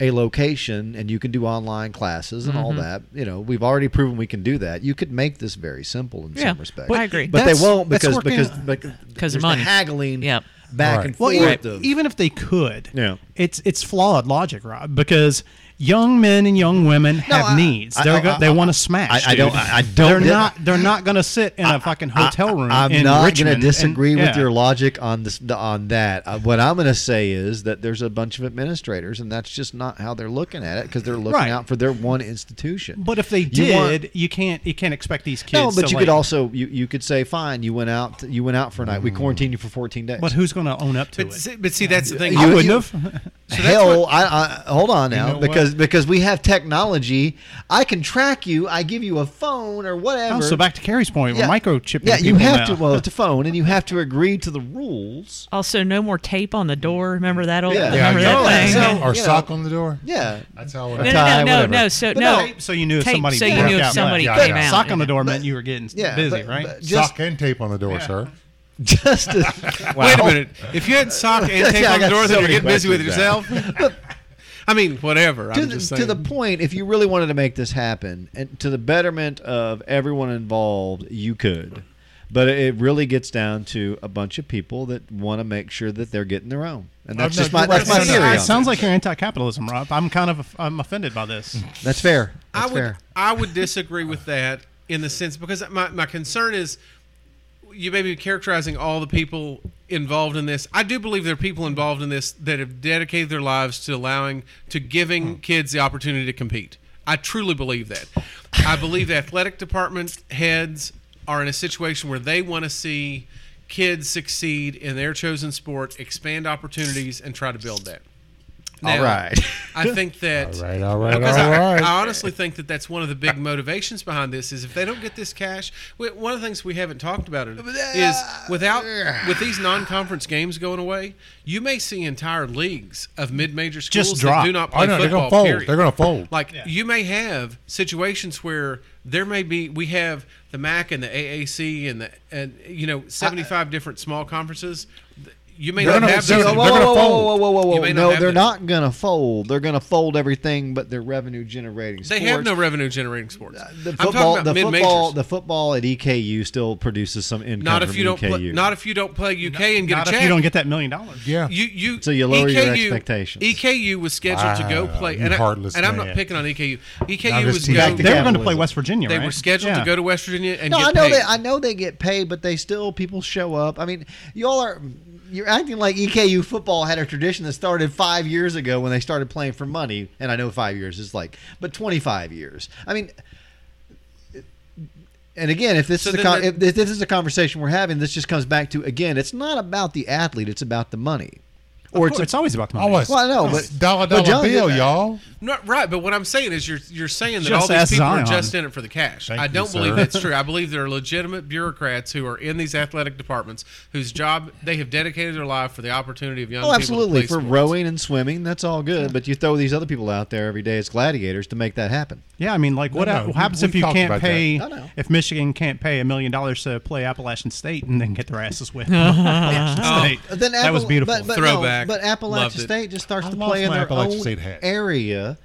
a location and you can do online classes and Mm-hmm. all that. You know, we've already proven we can do that. You could make this very simple in yeah. some respects. I agree. But they That's- won't that's because working- because because there's the money. haggling Yep. back Right. and Well, forth. even, of- even if they could, Yeah. it's it's flawed logic, Rob, because young men and young women have I- needs. I- They're I- go- I- they want to smash. I- I dude. don't- I- I don't They're di- not. They're not going to sit in a fucking hotel room. I, am in not Richmond to and- disagree with yeah. your logic on this on that. Uh, what I'm going to say is that there's a bunch of administrators, and that's just not how they're looking at it because they're looking Right. out for their one institution. But if they You did, you, want- can't you can't expect these kids. no, but to, you could like- also you, you could say fine. You went out you went out for a night. We quarantined you for 14 days. But who's going to own up to But it? see, but see, that's the thing. I you- wouldn't you- have. Hell, I, I hold on now know because because we have technology. I can track you. I give you a phone or whatever. Oh, so back to Carrie's point, yeah, we're microchipping. Yeah, you people have now. to well, to phone and you have to agree to the rules. also no more tape on the door. Remember that old Yeah. remember Yeah, that yeah. thing? So- Or you know. sock on the door. Yeah, That's how. No, It, no, tie, no, no, uh, whatever. no. So But no, Tape, so you knew if Tape, somebody so you broke knew if out. somebody Yeah, came yeah. out. sock on the door But- meant you were getting yeah. busy, but- right? but Just sock and tape on the door, sir. just to, Wait a minute. If you had sock and tape Yeah, I on the got door, so then you're many getting busy with yourself. questions I mean, whatever. Oh, to I'm the, just to saying. the point, if you really wanted to make this happen, and to the betterment of everyone involved, you could. But it really gets down to a bunch of people that want to make sure that they're getting their own, and that's I'm just not- my you're that's right. my It No, no, theory. I on sounds- it. it sounds like you're anti-capitalism, Rob. I'm kind of I'm offended by this. that's fair. That's I would fair. I would disagree with that in the sense because my, my concern is you may be characterizing all the people involved in this. I do believe there are people involved in this that have dedicated their lives to allowing to giving Hmm. kids the opportunity to compete. I truly believe that. I believe the athletic department heads are in a situation where they want to see kids succeed in their chosen sport, expand opportunities, and try to build that. All right. I think that All right, all right, because all I, right. I honestly think that that's one of the big motivations behind this is if they don't get this cash. we- One of the things we haven't talked about it is without with these non-conference games going away, you may see entire leagues of mid-major schools Just that drop. do not Oh play no, they're football. gonna fold. period. They're gonna fold. Like you may have situations where there may be we have the MAC and the AAC and the and you know seventy five different small conferences. You may They're not gonna- have they're those. gonna- whoa, whoa, whoa, fold. whoa, whoa, whoa, You whoa, may not No, have they're that. not gonna fold. They're gonna fold everything, but their revenue generating. They have no revenue generating sports. The I'm football, talking the about mid football, majors. the football at EKU still produces some income. Not if from E you don't EKU. play, not if you don't play UK and get Not a check. if you don't get that million dollars. yeah. You, you, E So you lower your EKU expectations. EKU was scheduled to go Wow, play, you and, I, heartless and I'm man. not picking on E EKU. I'm EKU just was teasing. go, Back They to they were going to capitalism. play West Virginia. right? were scheduled Yeah. to go to West Virginia and No, get I know paid. they I know they get paid, but they still people show up. I mean, y'all are you're acting like EKU football had a tradition that started five years ago when they started playing for money. And I know five years is like, but 25 years. I mean, and again, if this So is a then con- the- if, if this is a conversation we're having, this just comes back to again, it's not about the athlete; it's about the money. Or it's, it's always about the money. Always. Well, I know, but- dollar but dollar John did bill, that. y'all. Not right, but what I'm saying is you're you're saying that Just all these ask people Zion. are just in it for the cash. Thank I you, don't believe sir. that's true. I believe there are legitimate bureaucrats who are in these athletic departments whose job they have dedicated their life for the opportunity of young Oh, people. absolutely. to For play sports. rowing and swimming, that's all good. But you throw these other people out there every day as gladiators to make that happen. Yeah, I mean, like, what, no, what happens we- if we you talked can't about that. pay, I know. if Michigan can't pay a million dollars to play Appalachian State and then get their asses whipped? Appalachian Oh, State. But then that was Appala- beautiful. But, but Throwback. No, but Loved Appalachian it. State just starts I to love play in my their Appalachian own State hat. area,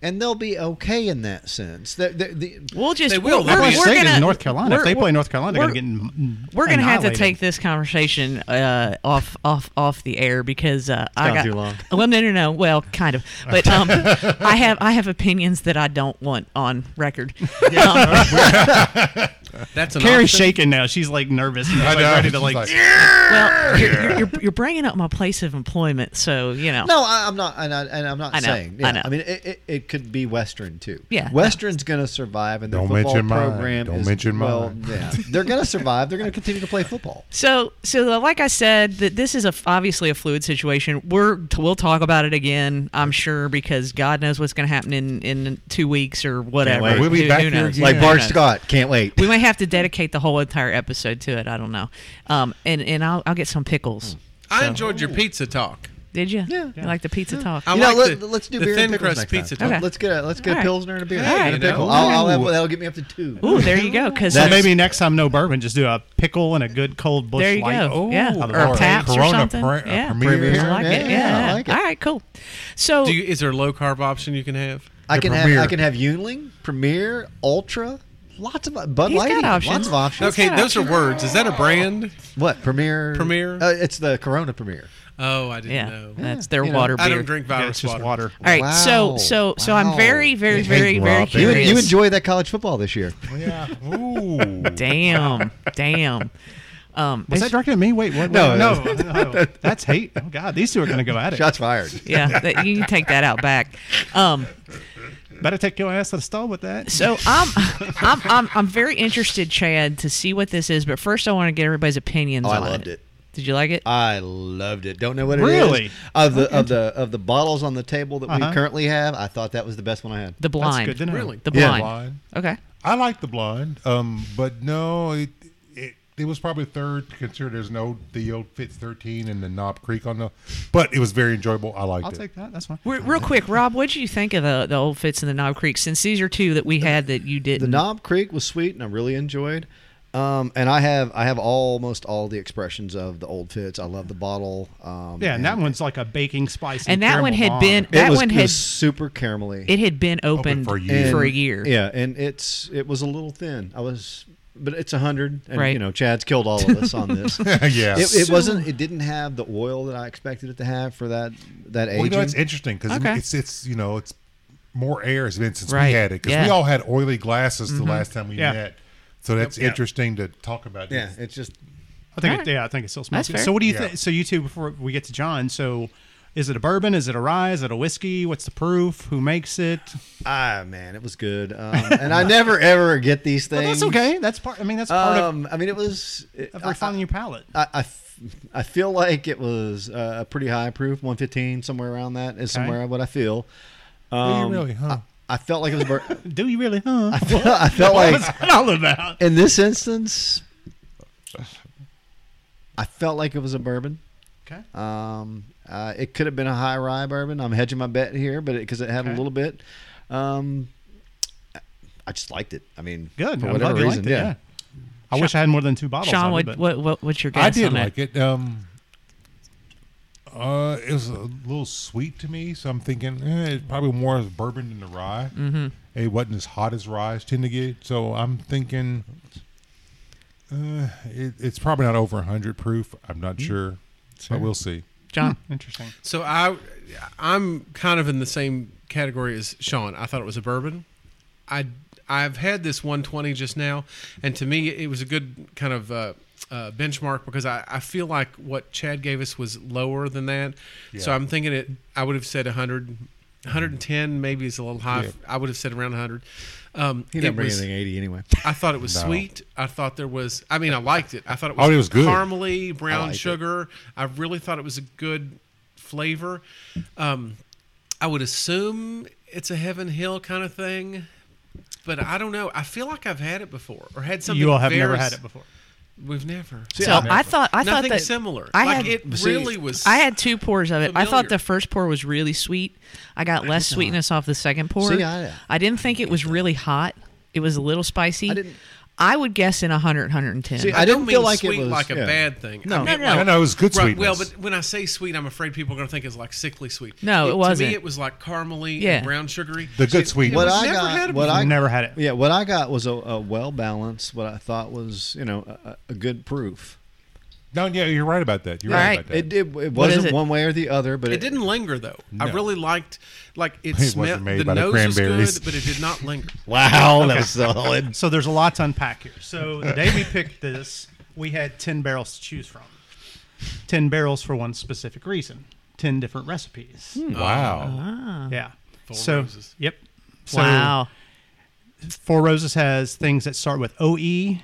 and they'll be okay in that sense. The, the, the, We'll just They will. We're, They'll we're, be we're State gonna is North Carolina. If we're- they play North Carolina, they're we're- going to get. m- We're gonna have to annihilated. take this conversation uh, off off off the air because uh, I gone got too long. Well, no, no, no. Well, kind of, but um, I have I have opinions that I don't want on record. Um, That's an Carrie's option. shaking now. She's like nervous. And like, ready to She's like. well, you're, you're, you're- you're bringing up my place of employment, so you know. no, I, I'm not, and, I, and I'm not I know, saying. I Yeah, know. mean, it, it, it could be Western too. Yeah, no. Western's going to survive, and their Don't football mention mine. program Don't is mention well, mine. yeah, they're going to survive. They're going to continue to play football. So, so like I said, that this is a obviously a fluid situation. We're we'll talk about it again, I'm sure, because God knows what's going to happen in in two weeks or whatever. wait. We'll be Who- back who here knows? again. Like Who Bart knows? Scott, can't wait. We might have to dedicate the whole entire episode to it. I don't know. Um, and and I'll I'll get some pickles. I enjoyed your pizza talk. Did you? Yeah. You like the pizza talk? I You know, like let, the- let's do the beer thin and pickles crust next pizza time. Okay. Let's get a let's get a Alright. pilsner and a beer. Hey, and a you know. pickle. I'll, I'll have, that'll get me up to two. Ooh, there you go. Because So That's- maybe next time, no bourbon. Just do a pickle and a good cold bush there you light. go. yeah, Lord. or taps or Corona something. Pre- yeah, Premier. I like it. Yeah, I Yeah, like it. all right, cool. So Do you, is there a low carb option you can have? I The can Premier. have I can have Yuengling, Premier, Ultra, lots of Bud He's Light, got even, options. lots of options. okay, got those are words. Is that a brand? What Premier? Premier? Uh, it's the Corona Premier. Oh, I didn't yeah, know. that's their You know, water I beer. don't drink Yeah, virus it's just water. water. All right, so Wow. so so Wow. I'm very Hey, very very very Rob, you- You, curious. you enjoy that college football this year? Yeah. Ooh. damn, damn. Um, Was that it's- directed at me? Wait, what? No, no, no. that's hate. Oh God, these two are going to go at it. Shots fired. yeah, that, you can take that out back. Um, Better take your ass to the stall with that. So I'm, I'm I'm I'm very interested, Chad, to see what this is. But first, I want to get everybody's opinions. Oh, I on loved it. Did you like it? I loved it. Don't know what it is. Really? of the of the of the bottles on the table that Uh-huh. we currently have. I thought that was the best one I had. the blind. good to know. Really? The Yeah. blind. Blind. Okay. I like the blonde, um, but no, it, it it was probably third. Consider there's no the old Fitz 13 and the Knob Creek on the, but it was very enjoyable. I liked I'll it. take that. That's fine. Re- real quick, Rob, what did you think of the, the old Fitz and the Knob Creek? Since these are two that we had that you The didn't. Knob Creek was sweet, and I really enjoyed. Um, and I have I have almost all the expressions of the old fits. I love the bottle. Um, Yeah, and that one's like a baking spice. And that one caramel had bomb. been- it that was, one it had- was super caramelly. it had been open, Open for a for, year. a year. Yeah, and it's it was a little thin. I was, but it's a hundred, and Right. you know, Chad's killed all of us on this. it, yeah. it wasn't. It didn't have the oil that I expected it to have for that that well, you aging. know, it's interesting because Okay. it's it's you know it's more air has been since Right. we had it because Yeah. we all had oily glasses Mm-hmm. the last time we Yeah. met, so that's Yep. interesting to talk about. yeah, it's just I think. Alright. It, yeah, I think it still That's smells. Good. fair. So what do you Yeah. think? So you two, before we get to John, so is it a bourbon? Is it a rye? Is it a whiskey? What's the proof? Who makes it? ah man, it was good. Um, and I never ever get these Well, things. that's okay. That's part. I mean, that's part of, Um, I mean, it was. It, of I- refining your palate. I, I f- I feel like it was uh, a pretty high proof, 115, somewhere around that is Okay. somewhere what I feel. Do you Um, really, huh? I felt like it was. Bur- do you really? Huh? I felt, I felt what like was that all about? in this instance, I felt like it was a bourbon. Okay. Um, uh, it could have been a high rye bourbon. I'm hedging my bet here, but because it, had a Okay. little bit, um, I just liked it. I mean, Good. for I'm whatever glad you liked reason, it, yeah. I wish I had more than two bottles. Sean, of what, it, but- what what what's your guess I did on like it. Um, uh, it was a little sweet to me, so I'm thinking eh, it's probably more of bourbon than the rye. Mm-hmm. It wasn't as hot as rye tend to get, so I'm thinking uh, it, it's probably not over 100 proof. I'm not Mm. sure, but we'll see. John? Interesting. So I, I'm kind of in the same category as Sean. I thought it was a bourbon. I I've had this 120 just now, and to me it was a good kind of uh, uh, benchmark because I, I feel like what Chad gave us was lower than that. So Yeah. I'm thinking it. I would have said 100. 110 maybe is a little high. Yeah. I would have said around 100. Um, He it didn't bring was- anything eighty anyway. I thought it was No. sweet. I thought there was. I mean, I liked it. I thought it was, Oh, it was good. caramely, brown liked it. sugar. I really thought it was a good flavor. Um, I would assume it's a Heaven Hill kind of thing, but I don't know. I feel like I've had it before or had something. You all have very never s- had it before. We've never. so I thought I thought Nothing that similar. I like had it See, really was. I had two pours of it. I familiar. thought the first pour was really sweet. I got less sweetness off the second pour. See, I- didn't think it was really hot. It was a little spicy. I didn't- I would guess in 100, 110. See, I I didn't don't mean feel like it sweet was like a yeah. bad thing. I No. meant No, like- no. I know it was good Right. sweetness. Well, but when I say sweet, I'm afraid people are going to think it's like sickly sweet. No, it To wasn't. me, it was like caramely Yeah. and brown sugary. The good It- sweet. it What was I never got- had what before. I- never had it. Yeah, what I got was a, a well balanced. What I thought was, you know, a, a good proof. No, yeah, you're right about that. You're All right, right. about that. It did. It wasn't it? one way or the other, but it, It didn't linger though. I No. really liked like it, wasn't smelled made the by the nose was cranberries. good, but it did not linger. Wow, that was solid. So there's a lot to unpack here. So the day we picked this, we had 10 barrels to choose from. 10 barrels for one specific reason 10 different recipes. Wow. Yeah. Four so, Roses. Yep. So wow. Four Roses has things that start with OE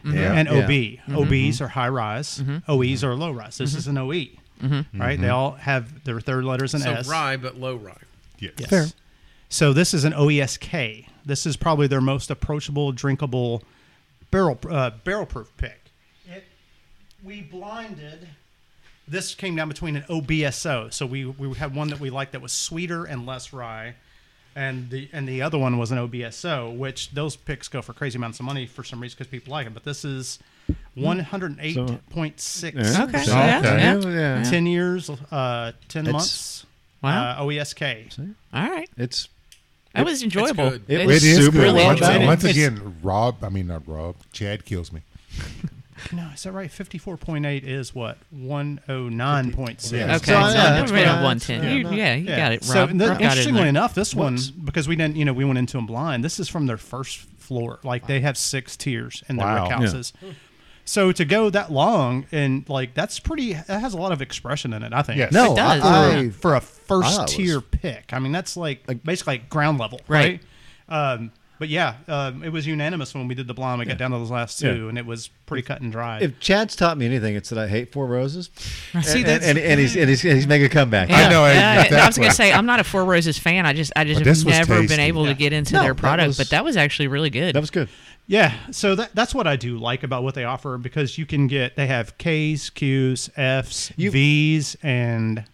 Yeah. and Yeah. OB. OBs are high rise, OEs are low rise. This is an OE, right? They all have their third letters in So S. rye, but low rye. Yes. Yes. So this is an OESK. This is probably their most approachable, drinkable barrel uh, barrel proof pick. It, we blinded. This came down between an OBSO. So we we had one that we liked that was sweeter and less rye, and the and the other one was an OBSO, which those picks go for crazy amounts of money for some reason because people like them. But this is one hundred eight point six. Okay. So- Yeah. Okay. yeah. yeah. Ten years, uh, ten It's- months. Wow. Uh, OESK. All right. It's That was enjoyable. good. It It is super good. well Once, done. once It's- again, Rob, I mean, not Rob, Chad kills me. No, is that right? Fifty-four point eight is what one hundred nine point six. Yeah. Okay. So not- yeah, that's it's made not- of 110. it's You- not- yeah, you yeah. got it, So Rob. and then, Rob got it in interestingly there. enough, this one What's- because we didn't, you know, we went into them blind. This is from their first floor. Like they have six tiers in their Wow. rick Yeah. houses. So to go that long and like that's pretty. That has a lot of expression in it. I think. Yes. no, It does. I, For, for a first I was- tier pick, I mean that's like basically like ground level, Right. right? Um, but yeah, um, it was unanimous when we did the blind. We got down to those last two, and it was pretty cut and dry. if Chad's taught me anything, it's that I hate Four Roses. See, and, that's- and, and he's and he's, and he's making a comeback. Yeah. I know, Yeah, exactly. I was gonna say I'm not a Four Roses fan. I just I just But have this was never been tasty. able Yeah. to get into No, their that product, was- but that was actually really good. That was good. Yeah, so that, that's what I do like about what they offer because you can get they have K's, Q's, F's, You- V's, and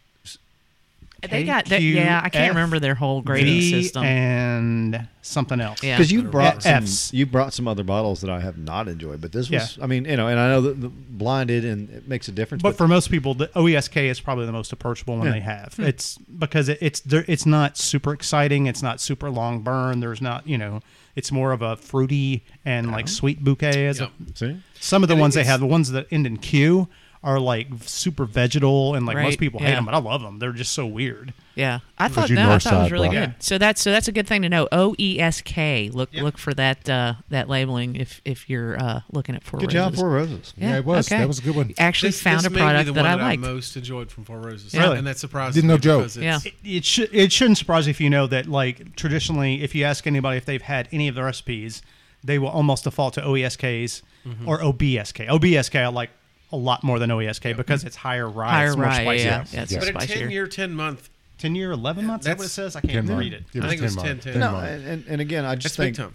they got that. KQF, Yeah, I can't remember their whole grading V system. and something else. Yeah. Because you brought Yeah, some, Fs. you brought some other bottles that I have not enjoyed, but this was. Yeah. I mean, you know, and I know that the blinded and it makes a difference. But for most people, the OESK is probably the most approachable one they have. Hmm. It's because it, it's there- it's not super exciting. It's not super long burn. There's not you know. It's more of a fruity and Uh-huh. like sweet bouquet as Yeah. a, see, Some of the And ones they it's- have, the ones that end in Q, are like super vegetal, and like Right, most people hate yeah. them, but I love them. They're just so weird. yeah, I thought you no, I north thought it side, was really Rob. good. So that's so that's a good thing to know. O E S K. Look look for that uh, that labeling if if you're uh, looking at Four Roses. good job, Four Roses. Yeah, it was. That was a good one. Actually, This- found this a may be product the that one I that liked. I most enjoyed from Four Roses. Really? and that surprised Didn't me know Joe. because it's- Yeah. It, it should it shouldn't surprise you if you know that like traditionally, if you ask anybody if they've had any of the recipes, they will almost default to OESKs Mm-hmm. or OBSK. OBSK I like a lot more than OESK because it's higher rye, Higher it's more rye, spicy. yeah, yeah, it's But a spicier. ten year, ten month. Ten year, eleven months. That's what it That's- says. I can't read it. I think it was 10, 10. No, and, and, and again, I That's just big time. think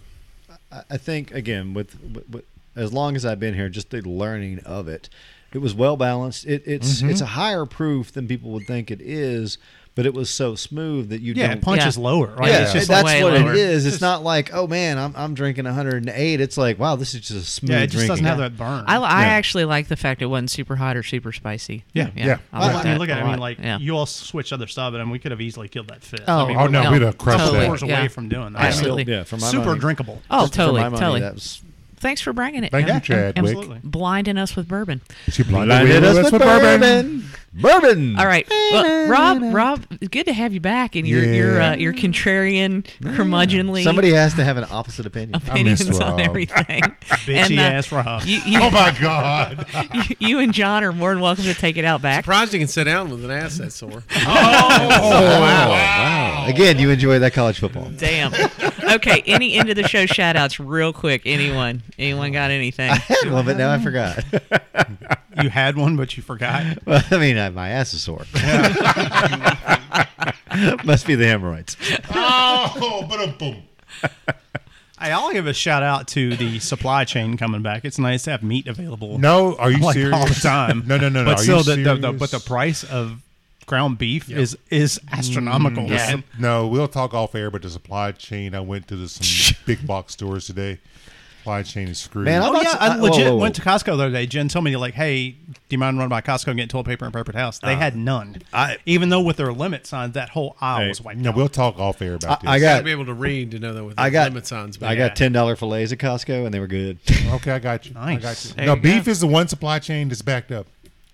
I- I think again with, with, with as long as I've been here, just the learning of it, it was well balanced. It, it's it's a higher proof than people would think it is, but it was so smooth that you Yeah, it don't. punches Yeah. lower. Right? yeah, It's just that's way what lower. it is. It's not like, oh man, I'm, I'm drinking 108. It's like, wow, this is just a smooth yeah, it just doesn't drinking. have that burn. I, I actually like the fact it wasn't super hot or super spicy. Yeah. yeah. Yeah. I, like I mean, that look a at it. I mean, lot. like yeah. you all switch other stuff, and we could have easily killed that fish. Oh, I mean, Oh, we're no, we'd have crushed couple totally, that. doors away yeah. from doing that. I still- Absolutely. yeah, for my super money, drinkable. Oh, for- for my totally, money, totally. That was thanks for bringing it. Thank you, and- and- and Chadwick. blinding us with bourbon. She blinded, Blinded us with bourbon. Bourbon. All right, well, Rob. Rob, it's good to have you back. And your your Yeah. uh, your contrarian, curmudgeonly Somebody has to have an opposite opinion. opinions miss on Rob. everything. uh, Bitchy ass Rob. You, you, Oh my God! you, you and John are more than welcome to take it out back. Surprised you can sit down with an ass that sore. Oh, Again, you enjoy that college football. Damn. Okay, any end of the show shout outs real quick. Anyone? Anyone got anything? I had one, but now I forgot. You had one, but you forgot. Well, I mean, I, my ass is sore. Must be the hemorrhoids. oh, but boom. Hey, I'll give a shout out to the supply chain coming back. It's nice to have meat available. No, are you like, serious? all the time. No, no, no, no. But Are you still, the, the, the serious? but the price of ground beef is is astronomical. yeah. And No, we'll talk off air. But the supply chain, I went to the, some big box stores today. Supply chain is screwed. Man, I'm- Oh yeah, I Whoa, legit whoa, whoa. went to Costco the other day. Jen told me like, "Hey, do you mind running by Costco and getting toilet paper and paper towels?" Uh, They had none. I- even though with their limits on that whole aisle Hey, was wiped no, out. we'll talk off air about I this. Got to got, be able to read to know that with I got, limit signs. I got ten dollar fillets at Costco, and they were good. Okay, I got you. I Nice. got you. There No, you go. beef is the one supply chain that's backed up.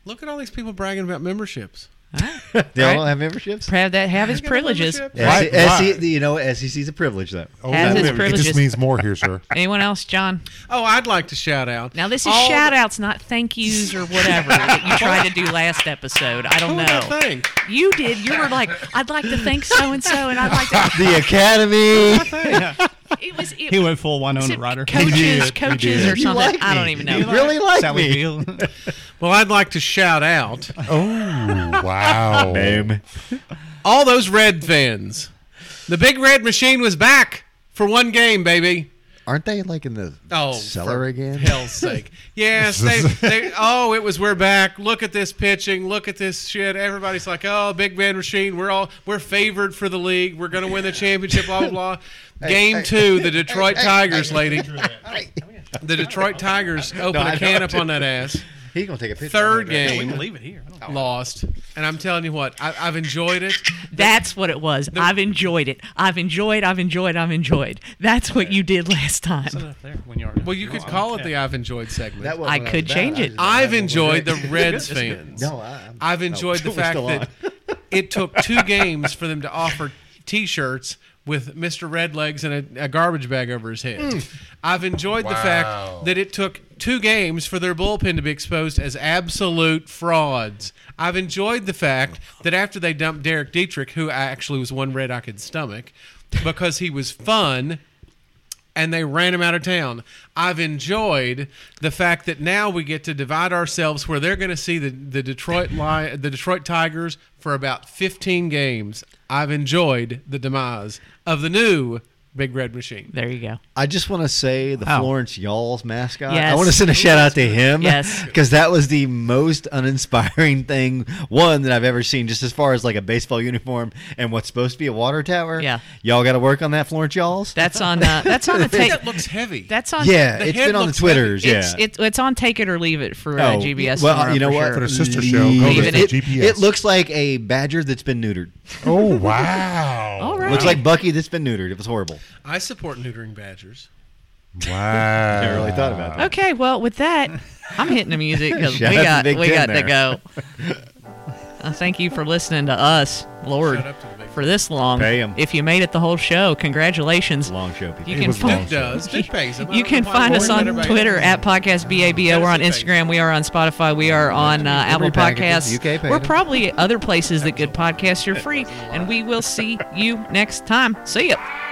Look at all these people bragging about memberships. They all Right. have memberships. Have that have his Got a privileges. membership? Yeah, Why- see- uh, see, why? you know, SEC's a privilege though. Oh, Has its it privileges. just means more here, sir. Anyone else, John? Oh, I'd like to shout out. Now this is all shout outs, not thank yous or whatever that you tried to do last episode. I the- Oh, don't Who would have know. think? You did. You were like, I'd like to thank so and so, and I'd like to. The Academy. It was. It, He went full was Winona it Ryder. coaches, did. He coaches, did. or You something. like I don't me. even You know. really like Sally me. Field. Well, I'd like to shout out Oh, wow. Boom. all those red fans. The big red machine was back for one game, baby. Aren't they like in the Oh, cellar for again? Hell's sake! Yes, they, they. Oh, it was. We're back. Look at this pitching. Look at this shit. Everybody's like, "Oh, big man machine. We're all we're favored for the league. We're gonna win the championship." Blah blah. blah. Game two, the Detroit Tigers, lady. The Detroit Tigers open I a can know. up on that ass. He's gonna take a picture. Third We can game, leave it here. I don't know. lost. And I'm telling you what, I, I've enjoyed it. That's what it was. I've enjoyed it. I've enjoyed. I've enjoyed. I've enjoyed. That's what you did last time. There, when you are- Well, you could call it the "I've enjoyed" segment. That I wasn't what could was about. change I it. just- I've enjoyed the Reds fans. No, I, I'm, I've enjoyed no, the fact we're that still it took two games for them to offer T-shirts with Mr. Red Legs and a, a garbage bag over his head. Mm. I've enjoyed the Wow. fact that it took two games for their bullpen to be exposed as absolute frauds. I've enjoyed the fact that after they dumped Derek Dietrich, who I actually was one red I could stomach, because he was fun and they ran him out of town. I've enjoyed the fact that now we get to divide ourselves where they're going to see the, the Detroit Lion, the Detroit Tigers for about 15 games. I've enjoyed the demise of the new Big Red Machine. There you go. I just want to say the Wow. Florence Y'all's mascot. Oh. I Yes. want to send a shout out to him. Yes. Because that was the most uninspiring thing, one, that I've ever seen, just as far as like a baseball uniform and what's supposed to be a water tower. Yeah. Y'all got to work on that, Florence Y'all's. That's on. Uh, that's on the I take. think that looks heavy. That's on. yeah, the it's head been on the looks heavy. Twitters. Yeah. It's, it, it's on Take It or Leave It for uh, Oh, GBS. Well, tomorrow you know for what? sure. For the sister show, go Leave to it. the It- GPS. It looks like a badger that's been neutered. Oh, wow. All right. Looks like Bucky that's been neutered. It was horrible. I support neutering badgers. Wow. Never really thought Uh, about that. Okay, well, with that, I'm hitting the music because Shout we out to got Big we Ten got to there. go. Uh, thank you for listening to us, Lord, Shout out to the Big for this long. Pay 'em. If you made it the whole show, congratulations. Long show, people. You can was long. find, Duke does. Duke pays them. I you don't can know why find us Lord on let everybody- Twitter at podcast BABO. We're on Instagram. We are on Spotify. We are on uh, Apple packages, Podcasts. UK paid We're them. probably at other places that good podcasts are free. And we will see you next time. See ya.